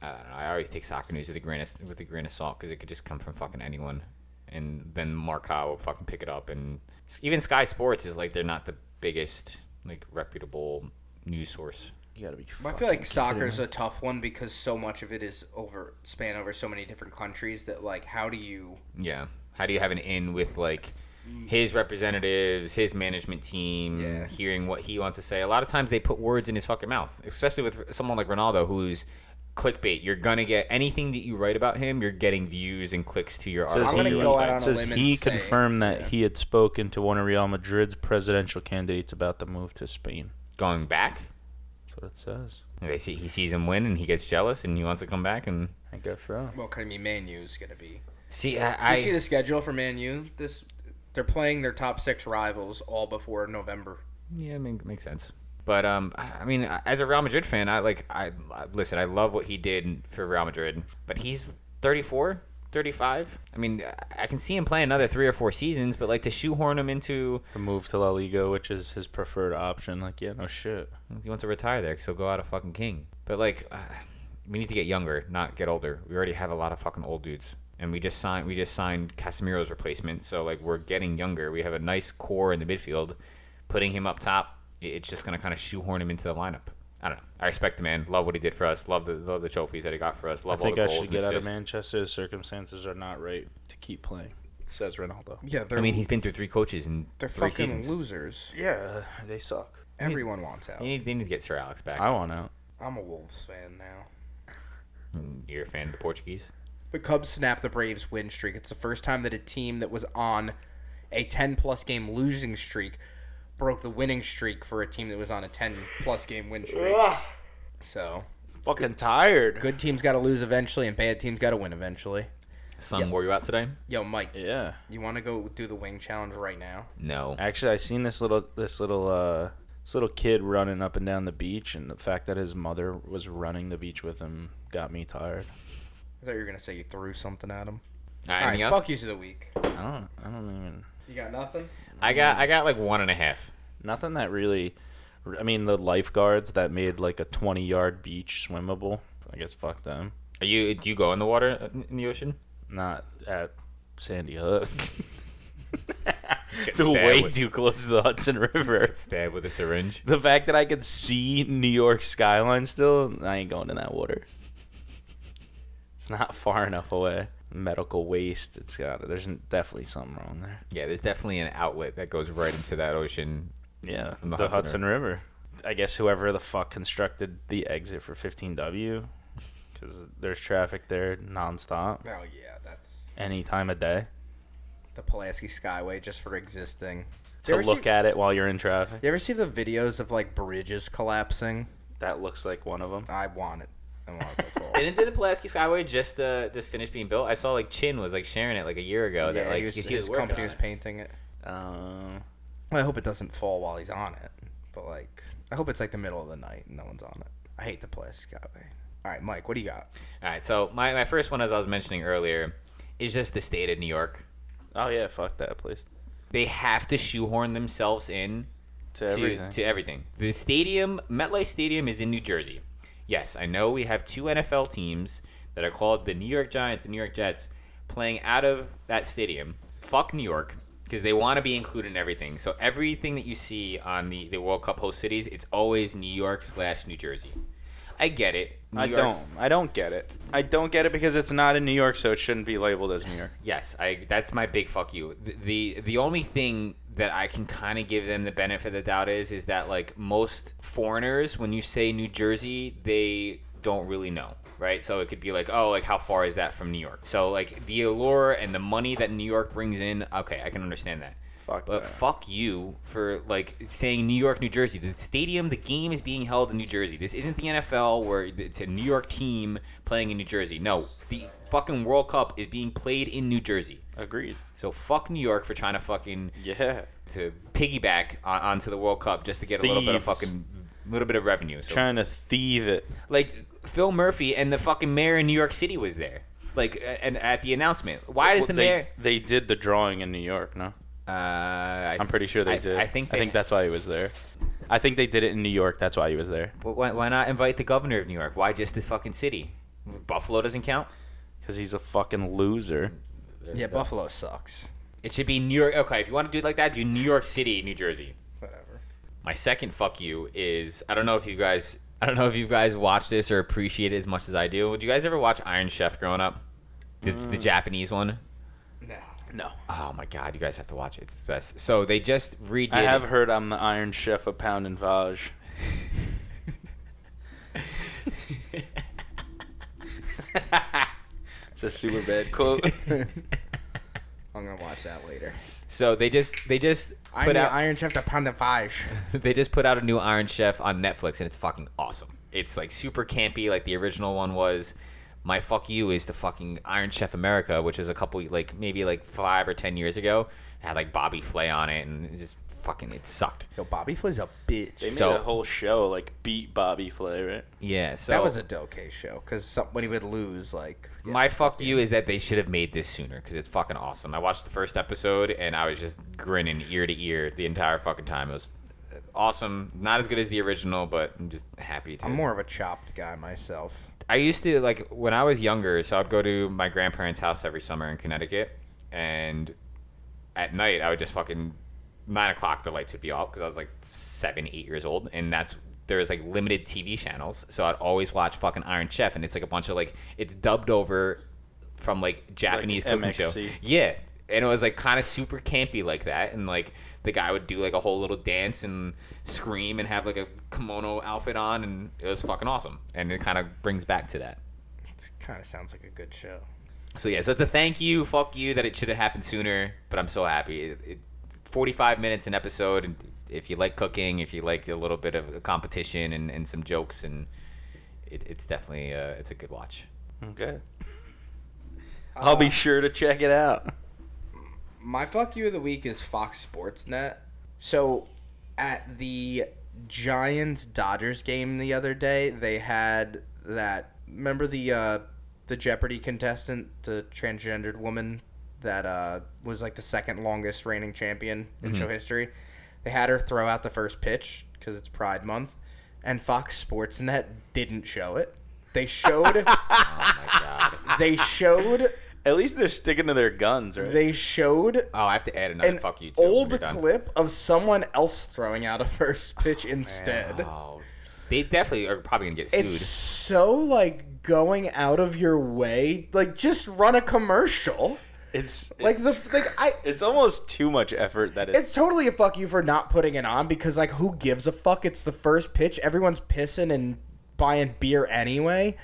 Speaker 2: I don't know. I always take soccer news with a grain of, with a grain of salt because it could just come from fucking anyone, and then Markow will fucking pick it up. And s- even Sky Sports is like they're not the biggest like reputable news source.
Speaker 3: You gotta be.
Speaker 1: Well, I feel like soccer is a tough one because so much of it is over span over so many different countries that like how do you
Speaker 2: Yeah. How do you have an in with like his representatives, his management team,
Speaker 1: Yeah.
Speaker 2: hearing what he wants to say? A lot of times they put words in his fucking mouth, especially with someone like Ronaldo, who's clickbait. You're gonna get anything that you write about him. You're getting views and clicks to your
Speaker 3: Says
Speaker 1: I'm
Speaker 2: article.
Speaker 1: gonna
Speaker 3: he-
Speaker 1: go out on a
Speaker 3: says
Speaker 1: limb and
Speaker 3: he
Speaker 1: say-
Speaker 3: confirmed that he had spoken to one of Real Madrid's presidential candidates about the move to Spain.
Speaker 2: going back.
Speaker 3: That's what it says.
Speaker 2: They see he sees him win and he gets jealous and he wants to come back and
Speaker 3: I guess so.
Speaker 1: well I mean Man U's gonna be.
Speaker 2: see. I,
Speaker 1: I
Speaker 2: I
Speaker 1: you see the schedule for Man U this they're playing their top six rivals all before November.
Speaker 2: Yeah, I mean, makes sense. But um, I I mean, as a Real Madrid fan, I like I, I listen. I love what he did for Real Madrid, but he's 34, 35. I mean, I- I can see him play another three or four seasons, but like to shoehorn him into
Speaker 3: The move to La Liga, which is his preferred option. Like, yeah, no shit.
Speaker 2: he wants to retire there, so go out a fucking king. But like, uh, we need to get younger, not get older. We already have a lot of fucking old dudes, and we just signed we just signed Casemiro's replacement, so like we're getting younger. We have a nice core in the midfield. Putting him up top, i- it's just gonna kind of shoehorn him into the lineup. I don't know. I respect the man. Love what he did for us. Love the love the trophies that he got for us.
Speaker 3: I
Speaker 2: Love all
Speaker 3: think
Speaker 2: the
Speaker 3: I
Speaker 2: goals
Speaker 3: should
Speaker 2: and
Speaker 3: get out of
Speaker 2: assists.
Speaker 3: Manchester. The circumstances are not right to keep playing. Says Ronaldo.
Speaker 1: Yeah, they're
Speaker 2: I mean, he's been through three coaches in
Speaker 1: they're
Speaker 2: three
Speaker 1: fucking
Speaker 2: seasons.
Speaker 1: losers.
Speaker 3: Yeah, they suck.
Speaker 1: Everyone wants out.
Speaker 2: They need, they need to get Sir Alex back.
Speaker 3: I want out.
Speaker 1: I'm a Wolves fan now.
Speaker 2: Mm, You're a fan of the Portuguese.
Speaker 1: The Cubs snapped the Braves win streak. It's the first time that a team that was on a 10 plus game losing streak broke the winning streak for a team that was on a 10 plus game win streak. So,
Speaker 3: Fucking tired.
Speaker 1: good teams got to lose eventually and bad teams got to win eventually.
Speaker 2: Son wore you out today?
Speaker 1: Yo, Mike,
Speaker 3: Yeah.
Speaker 1: you want to go do the wing challenge right now?
Speaker 2: No.
Speaker 3: Actually, I seen this little this little uh this little kid running up and down the beach, and the fact that his mother was running the beach with him got me tired.
Speaker 1: I thought you were going to say you threw something at him. All
Speaker 2: All right,
Speaker 1: right,
Speaker 2: anything else?
Speaker 1: fuck yous of the week.
Speaker 3: I don't. I don't even.
Speaker 1: You got nothing?
Speaker 2: I got I got like one and a half.
Speaker 3: Nothing that really. I mean, the lifeguards that made like a twenty yard beach swimmable. I guess fuck them.
Speaker 2: Are you do you go in the water uh, in the ocean?
Speaker 3: Not at Sandy Hook.
Speaker 2: Get
Speaker 3: They're way
Speaker 2: with,
Speaker 3: too close to the Hudson River.
Speaker 2: stabbed with a syringe.
Speaker 3: The fact that I could see New York skyline still, I ain't going in that water. It's not far enough away. Medical waste. It's got. There's definitely something wrong there.
Speaker 2: Yeah, there's definitely an outlet that goes right into that ocean.
Speaker 3: Yeah,
Speaker 2: From
Speaker 3: the,
Speaker 2: the
Speaker 3: Hudson,
Speaker 2: Hudson
Speaker 3: River. I guess whoever the fuck constructed the exit for 15W, because there's traffic there nonstop,
Speaker 1: Oh, yeah, that's
Speaker 3: any time of day,
Speaker 1: the Pulaski Skyway just for existing.
Speaker 3: to look at it while you're in traffic.
Speaker 1: You ever see the videos of like bridges collapsing?
Speaker 3: That looks like one of them.
Speaker 1: I want it. I want it before.
Speaker 2: Didn't the Pulaski Skyway just uh, just finish being built? I saw like Chin was like sharing it like a year ago.
Speaker 1: Yeah,
Speaker 2: that like
Speaker 1: he was,
Speaker 2: you see
Speaker 1: his
Speaker 2: his working
Speaker 1: company
Speaker 2: on
Speaker 1: was
Speaker 2: it.
Speaker 1: painting it.
Speaker 3: Um,
Speaker 1: Well, I hope it doesn't fall while he's on it. But like, I hope it's like the middle of the night and no one's on it. I hate the place, Skyway. All right, Mike, what do you got?
Speaker 2: All right, so my, my first one, as I was mentioning earlier, is just the state of New York.
Speaker 3: oh yeah, fuck that place.
Speaker 2: They have to shoehorn themselves in
Speaker 3: To
Speaker 2: to
Speaker 3: everything.
Speaker 2: to everything. The stadium, MetLife Stadium, is in New Jersey. Yes, I know we have two NFL teams that are called the New York Giants and New York Jets playing out of that stadium. Fuck New York because they want to be included in everything. So everything that you see on the, the World Cup host cities, it's always New York slash New Jersey. I get it. New
Speaker 3: I
Speaker 2: York-
Speaker 3: don't. I don't get it. I don't get it because it's not in New York, so it shouldn't be labeled as New York.
Speaker 2: Yes, I. That's my big fuck you. The the, the only thing that I can kind of give them the benefit of the doubt is is that like most foreigners, when you say New Jersey, they don't really know, right? So it could be like, oh, like how far is that from New York? So like the allure and the money that New York brings in, okay, I can understand that.
Speaker 3: Fuck
Speaker 2: But
Speaker 3: that.
Speaker 2: fuck you for like saying New York, New Jersey. The stadium, the game is being held in New Jersey. This isn't the NFL where it's a New York team playing in New Jersey. No, the fucking World Cup is being played in New Jersey.
Speaker 3: Agreed.
Speaker 2: So fuck New York for trying to fucking
Speaker 3: Yeah.
Speaker 2: to piggyback on, onto the World Cup just to get a little bit of
Speaker 3: Thieves.
Speaker 2: fucking little bit of revenue. So
Speaker 3: Trying to thieve it.
Speaker 2: like Phil Murphy and the fucking mayor in New York City was there. Like a- and at the announcement, why does the
Speaker 3: they,
Speaker 2: mayor?
Speaker 3: They did the drawing in New York, no?
Speaker 2: Uh, I
Speaker 3: I'm pretty sure they
Speaker 2: I-
Speaker 3: did.
Speaker 2: I think
Speaker 3: I
Speaker 2: they-
Speaker 3: think that's why he was there. I think they did it in New York. That's why he was there
Speaker 2: Wh- Why, why not invite the governor of New York? Why just this fucking city? Buffalo doesn't count.
Speaker 3: because he's a fucking loser.
Speaker 2: There
Speaker 1: Yeah,
Speaker 2: we go.
Speaker 1: Buffalo sucks.
Speaker 2: It should be New York. Okay, if you want to do it like that, do New York City, New Jersey.
Speaker 1: Whatever.
Speaker 2: My second fuck you is I don't know if you guys I don't know if you guys watch this or appreciate it as much as I do. Did you guys ever watch Iron Chef growing up? The,
Speaker 3: Mm.
Speaker 2: the Japanese one.
Speaker 1: No.
Speaker 3: No,
Speaker 2: Oh my god, you guys have to watch it. It's the best. So they just redid.
Speaker 3: I have heard I'm the Iron Chef of Pound and Vaj. It's a super bad quote.
Speaker 1: I'm gonna watch that later.
Speaker 2: so they just they just
Speaker 1: I
Speaker 2: put
Speaker 1: need
Speaker 2: out
Speaker 1: Iron Chef to pound the five.
Speaker 2: they just put out a new Iron Chef on Netflix and it's fucking awesome. It's like super campy, like the original one was. My fuck you is the fucking Iron Chef America, which is a couple like maybe like five or ten years ago. It had like Bobby Flay on it and it just fucking it sucked.
Speaker 1: Yo, Bobby Flay's a
Speaker 3: They
Speaker 1: bitch.
Speaker 3: made
Speaker 2: So-
Speaker 3: a whole show like beat Bobby Flay, right?
Speaker 2: Yeah, so
Speaker 1: That was a Doke show because when he would lose, like yeah.
Speaker 2: my fuck you is that they should have made this sooner because it's fucking awesome. I watched the first episode and I was just grinning ear to ear the entire fucking time. It was uh, awesome. Not as good as the original, but I'm just happy to.
Speaker 1: I'm more of a chopped guy myself.
Speaker 2: I used to like when I was younger, so I'd go to my grandparents' house every summer in Connecticut, and at night I would just fucking nine o'clock the lights would be off because I was like seven, eight years old, and that's there's like limited TV channels, so I'd always watch fucking Iron Chef, and it's like a bunch of like it's dubbed over from like Japanese cooking
Speaker 3: MXC.
Speaker 2: show, yeah, and it was like kind of super campy like that, and like the guy would do like a whole little dance and scream and have like a kimono outfit on, and it was fucking awesome, and it kind of brings back to that.
Speaker 1: It kind of sounds like a good show.
Speaker 2: So yeah, so it's a thank you, fuck you that it should have happened sooner, but I'm so happy. It, it, 45 minutes an episode. And if you like cooking, if you like a little bit of competition and, and some jokes, and it, it's definitely uh, it's a good watch.
Speaker 3: Okay. I'll be sure to check it out.
Speaker 1: My fuck you of the week is Fox Sports Net. So at the Giants Dodgers game the other day, they had that remember the uh the Jeopardy contestant, the transgendered woman that uh was like the second longest reigning champion in show history. They had her throw out the first pitch cuz it's Pride month and Fox Sports Net didn't show it. They showed
Speaker 2: Oh my god!
Speaker 1: they showed
Speaker 3: At least they're sticking to their guns, right?
Speaker 1: they showed
Speaker 2: Oh, I have to add another
Speaker 1: an
Speaker 2: fuck you too. when
Speaker 1: old
Speaker 2: you're done.
Speaker 1: clip of someone else throwing out a first pitch instead.
Speaker 2: Oh, they definitely are probably gonna get sued.
Speaker 1: It's so like going out of your way. Like just run a commercial.
Speaker 3: it's
Speaker 1: Like the like I.
Speaker 3: It's almost too much effort that it's
Speaker 1: It's totally a fuck you for not putting it on because like who gives a fuck? It's the first pitch. Everyone's pissing and buying beer anyway.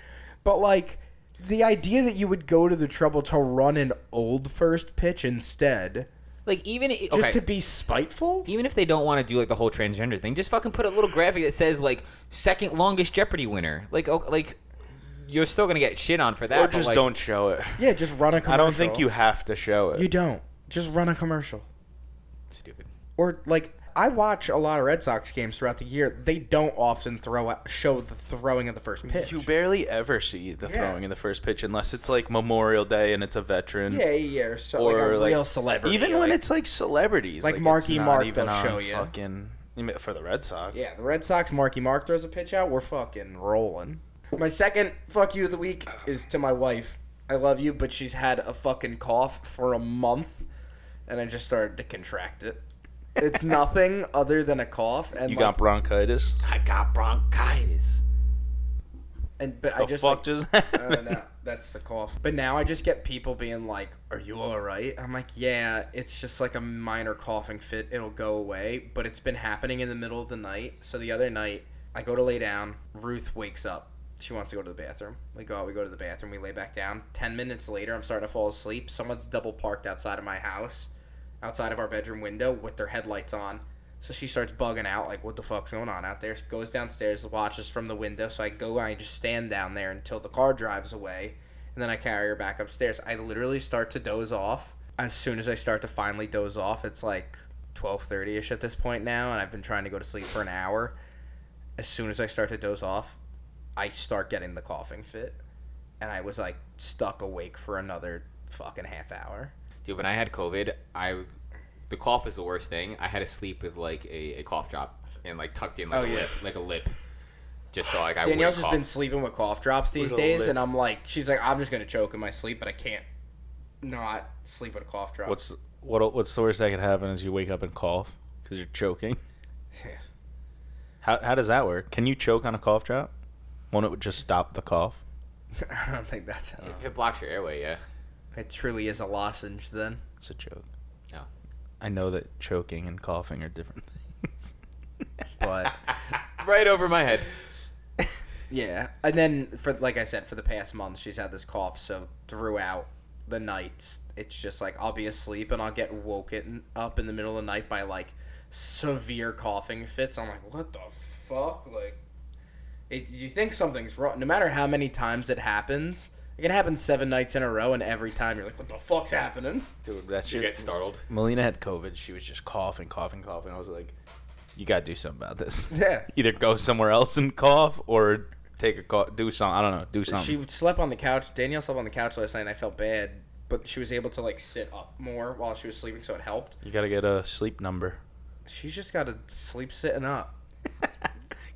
Speaker 1: But like the idea that you would go to the trouble to run an old first pitch instead
Speaker 2: like even i-
Speaker 1: just
Speaker 2: okay.
Speaker 1: to be spiteful.
Speaker 2: even if they don't want to do like the whole transgender thing, just fucking put a little graphic that says like second longest Jeopardy winner. Like oh, like you're still gonna get shit on for that.
Speaker 3: or
Speaker 2: but,
Speaker 3: just
Speaker 2: like,
Speaker 3: don't show it.
Speaker 1: Yeah, just run a commercial.
Speaker 3: I don't think you have to show it.
Speaker 1: You don't. Just run a commercial.
Speaker 2: Stupid.
Speaker 1: Or like I watch a lot of Red Sox games throughout the year. They don't often throw out, show the throwing of the first pitch.
Speaker 3: You barely ever see the
Speaker 1: Yeah.
Speaker 3: throwing in the first pitch unless it's like Memorial Day and it's a veteran.
Speaker 1: yeah, yeah, or, so,
Speaker 3: Or
Speaker 1: like a
Speaker 3: like-
Speaker 1: real celebrity.
Speaker 3: Even when
Speaker 1: like-
Speaker 3: it's like celebrities,
Speaker 1: Like
Speaker 3: it's
Speaker 1: Marky
Speaker 3: not
Speaker 1: Mark,
Speaker 3: even
Speaker 1: they'll
Speaker 3: on
Speaker 1: show you.
Speaker 3: Fucking I mean, for the Red Sox.
Speaker 1: yeah, the Red Sox Marky Mark throws a pitch out, we're fucking rolling. My second fuck you of the week is to my wife. I love you, but she's had a fucking cough for a month, and I just started to contract it. It's nothing other than a cough, and
Speaker 3: You
Speaker 1: like,
Speaker 3: got bronchitis.
Speaker 2: I got bronchitis.
Speaker 1: and but I
Speaker 3: The
Speaker 1: just like,
Speaker 3: fuck just
Speaker 1: I don't know. That's the cough. But now I just get people being like, "Are you all right?" I'm like, "Yeah, it's just like a minor coughing fit. It'll go away." But it's been happening in the middle of the night. So the other night, I go to lay down. Ruth wakes up. She wants to go to the bathroom. We go out. We go to the bathroom. We lay back down. Ten minutes later, I'm starting to fall asleep. Someone's double parked outside of my house, outside of our bedroom window, with their headlights on. So she starts bugging out, like, what the fuck's going on out there? Goes downstairs, watches from the window. So I go and I just stand down there until the car drives away. And then I carry her back upstairs. I literally start to doze off. As soon as I start to finally doze off, it's like 12.30ish at this point now. And I've been trying to go to sleep for an hour. As soon as I start to doze off, I start getting the coughing fit. And I was like stuck awake for another fucking half hour.
Speaker 2: Dude, when I had COVID, I the cough is the worst thing. I had to sleep with like a, a cough drop and like tucked in like
Speaker 1: Oh,
Speaker 2: a
Speaker 1: yeah.
Speaker 2: lip, like a lip, just so like I
Speaker 1: Danielle's
Speaker 2: wouldn't
Speaker 1: just been
Speaker 2: cough.
Speaker 1: sleeping with cough drops these
Speaker 3: With a
Speaker 1: days,
Speaker 3: lip.
Speaker 1: and I'm like, she's like, I'm just gonna choke in my sleep, but I can't not sleep with a cough drop.
Speaker 3: What's what? What's the worst that could happen is you wake up and cough because you're choking. How how does that work? Can you choke on a cough drop? Won't it just stop the cough?
Speaker 1: I don't think that's how.
Speaker 2: If it blocks your airway, yeah.
Speaker 1: It truly is a lozenge then.
Speaker 3: It's a joke.
Speaker 2: No.
Speaker 3: I know that choking and coughing are different things.
Speaker 1: But
Speaker 2: Right over my head.
Speaker 1: yeah, and then for like I said, for the past month she's had this cough, so throughout the nights it's just like I'll be asleep and I'll get woken up in the middle of the night by like severe coughing fits. I'm like, what the fuck? Like, it, you think something's wrong? No matter how many times it happens, it can happen seven nights in a row, and every time you're like, what the fuck's happening?
Speaker 3: Dude, that
Speaker 2: You get startled.
Speaker 3: Melina had COVID. She was just coughing, coughing, coughing. I was like, "You gotta do something about this.
Speaker 1: Yeah.
Speaker 3: Either go somewhere else and cough, or take a cough. Do something. I don't know. Do something."
Speaker 1: She slept on the couch. Danielle slept on the couch last night, and I felt bad, but she was able to like sit up more while she was sleeping, so it helped.
Speaker 3: you gotta get a sleep number.
Speaker 1: She's just got to sleep sitting up.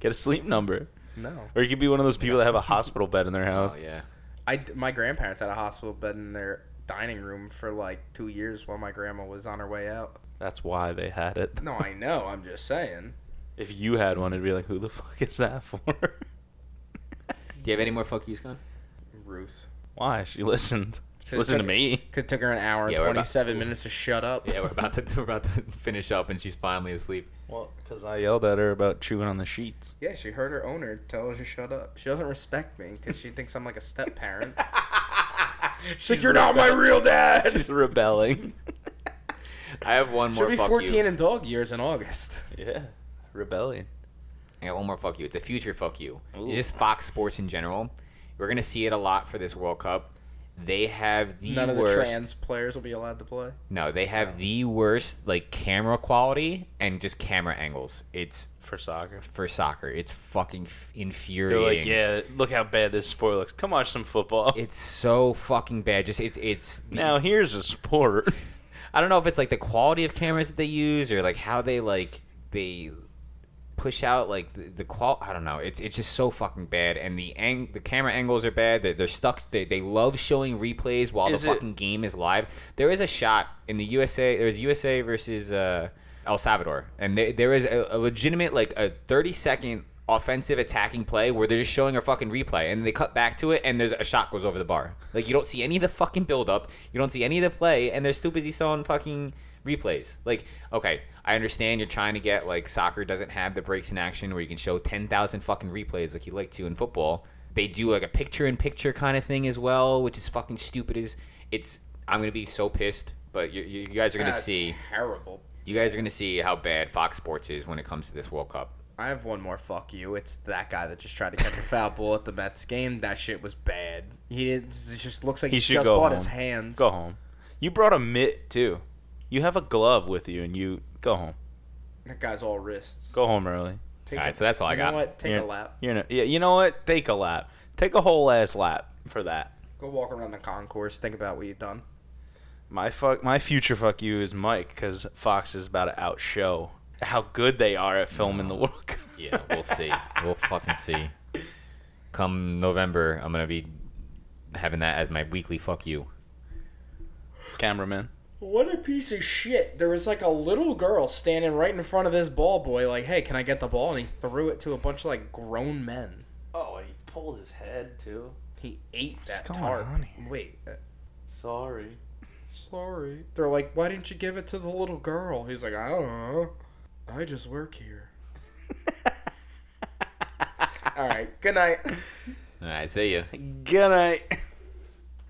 Speaker 3: Get a sleep number,
Speaker 1: No,
Speaker 3: or you could be one of those people that have a hospital bed in their house.
Speaker 2: Oh yeah.
Speaker 1: I my grandparents had a hospital bed in their dining room for like two years while my grandma was on her way out.
Speaker 3: That's why they had it.
Speaker 1: No, I know. I'm just saying.
Speaker 3: If you had one, it'd be like, "Who the fuck is that for?"
Speaker 2: Do you have any more fuck yous gone?
Speaker 1: Ruth.
Speaker 3: why? She listened. She
Speaker 1: It
Speaker 3: listened to
Speaker 1: took-
Speaker 3: me.
Speaker 1: Could took her an hour and
Speaker 2: Yeah, we're about-
Speaker 1: 27 minutes to shut up.
Speaker 2: Yeah, we're about to we're about to finish up, and she's finally asleep.
Speaker 3: Well, because I yelled at her about chewing on the sheets.
Speaker 1: Yeah, she heard her owner tell her to shut up. She doesn't respect me because she thinks I'm like a step parent. She's like, you're not my real dad.
Speaker 3: She's rebelling.
Speaker 2: I have one
Speaker 1: She'll
Speaker 2: more
Speaker 1: be
Speaker 2: fuck
Speaker 1: 14
Speaker 2: you.
Speaker 1: in dog years in August.
Speaker 3: yeah, rebellion.
Speaker 2: I got one more fuck you. It's a future fuck you.
Speaker 3: Ooh.
Speaker 2: It's just Fox Sports in general. We're gonna see it a lot for this World Cup. They have the
Speaker 1: None of the
Speaker 2: worst.
Speaker 1: trans players will be allowed to play.
Speaker 2: No, they have the worst like camera quality and just camera angles. It's
Speaker 3: for soccer.
Speaker 2: for soccer. It's fucking f-
Speaker 3: They're
Speaker 2: infuriating.
Speaker 3: like, yeah, look how bad this sport looks. Come watch some football.
Speaker 2: It's so fucking bad. Just it's it's. the-
Speaker 3: now here's a sport.
Speaker 2: I don't know if it's like the quality of cameras that they use or like how they like they push out like the, the qual. I don't know. It's it's just so fucking bad. And the ang- the camera angles are bad. They're, they're stuck. They, they love showing replays while
Speaker 3: Is
Speaker 2: the
Speaker 3: it-
Speaker 2: fucking game is live. There is a shot in the USA. There was USA versus uh, El Salvador, and there, there is a, a legitimate like a thirty second offensive attacking play where they're just showing a fucking replay and they cut back to it and there's a shot goes over the bar like you don't see any of the fucking build up you don't see any of the play and they're still busy selling fucking replays like okay i understand you're trying to get like soccer doesn't have the breaks in action where you can show 10,000 fucking replays like you like to in football they do like a picture in picture kind of thing as well which is fucking stupid is it's i'm gonna be so pissed but you, you you guys are gonna
Speaker 1: That's
Speaker 2: see
Speaker 1: Terrible.
Speaker 2: you guys are gonna see how bad fox sports is when it comes to this world cup
Speaker 1: I have one more fuck you. It's that guy that just tried to catch a foul ball at the Mets game. That shit was bad. He did, it just looks like
Speaker 3: He
Speaker 1: he,
Speaker 3: should
Speaker 1: just
Speaker 3: go
Speaker 1: bought
Speaker 3: home.
Speaker 1: his hands.
Speaker 3: go home. You brought a mitt too. You have a glove with you, and you go home.
Speaker 1: That guy's all wrists.
Speaker 3: Go home early.
Speaker 1: Take
Speaker 2: All
Speaker 1: a-
Speaker 2: right, so that's all I
Speaker 1: you know
Speaker 2: got.
Speaker 1: what? Take
Speaker 3: You're-
Speaker 1: a lap.
Speaker 3: You're no, yeah. You know what? Take a lap. Take a whole ass lap for that.
Speaker 1: Go walk around the concourse. Think about what you've done.
Speaker 3: My fuck. My future fuck you is Mike because Fox is about to outshow how good they are at filming the World Cup.
Speaker 2: yeah we'll see we'll fucking see come november i'm gonna be having that as my weekly fuck you
Speaker 3: Cameraman.
Speaker 1: What a piece of shit. There was like a little girl standing right in front of this ball boy, like, hey, can I get the ball? And he threw it to a bunch of like grown men.
Speaker 4: Oh, and he pulled his head too.
Speaker 1: He ate that
Speaker 3: going
Speaker 1: tarp.
Speaker 3: on here?
Speaker 1: Wait, uh,
Speaker 4: Sorry.
Speaker 1: sorry. They're like, why didn't you give it to the little girl? He's like, I don't know. I just work here. All right, good night.
Speaker 2: all right see ya
Speaker 3: Good night.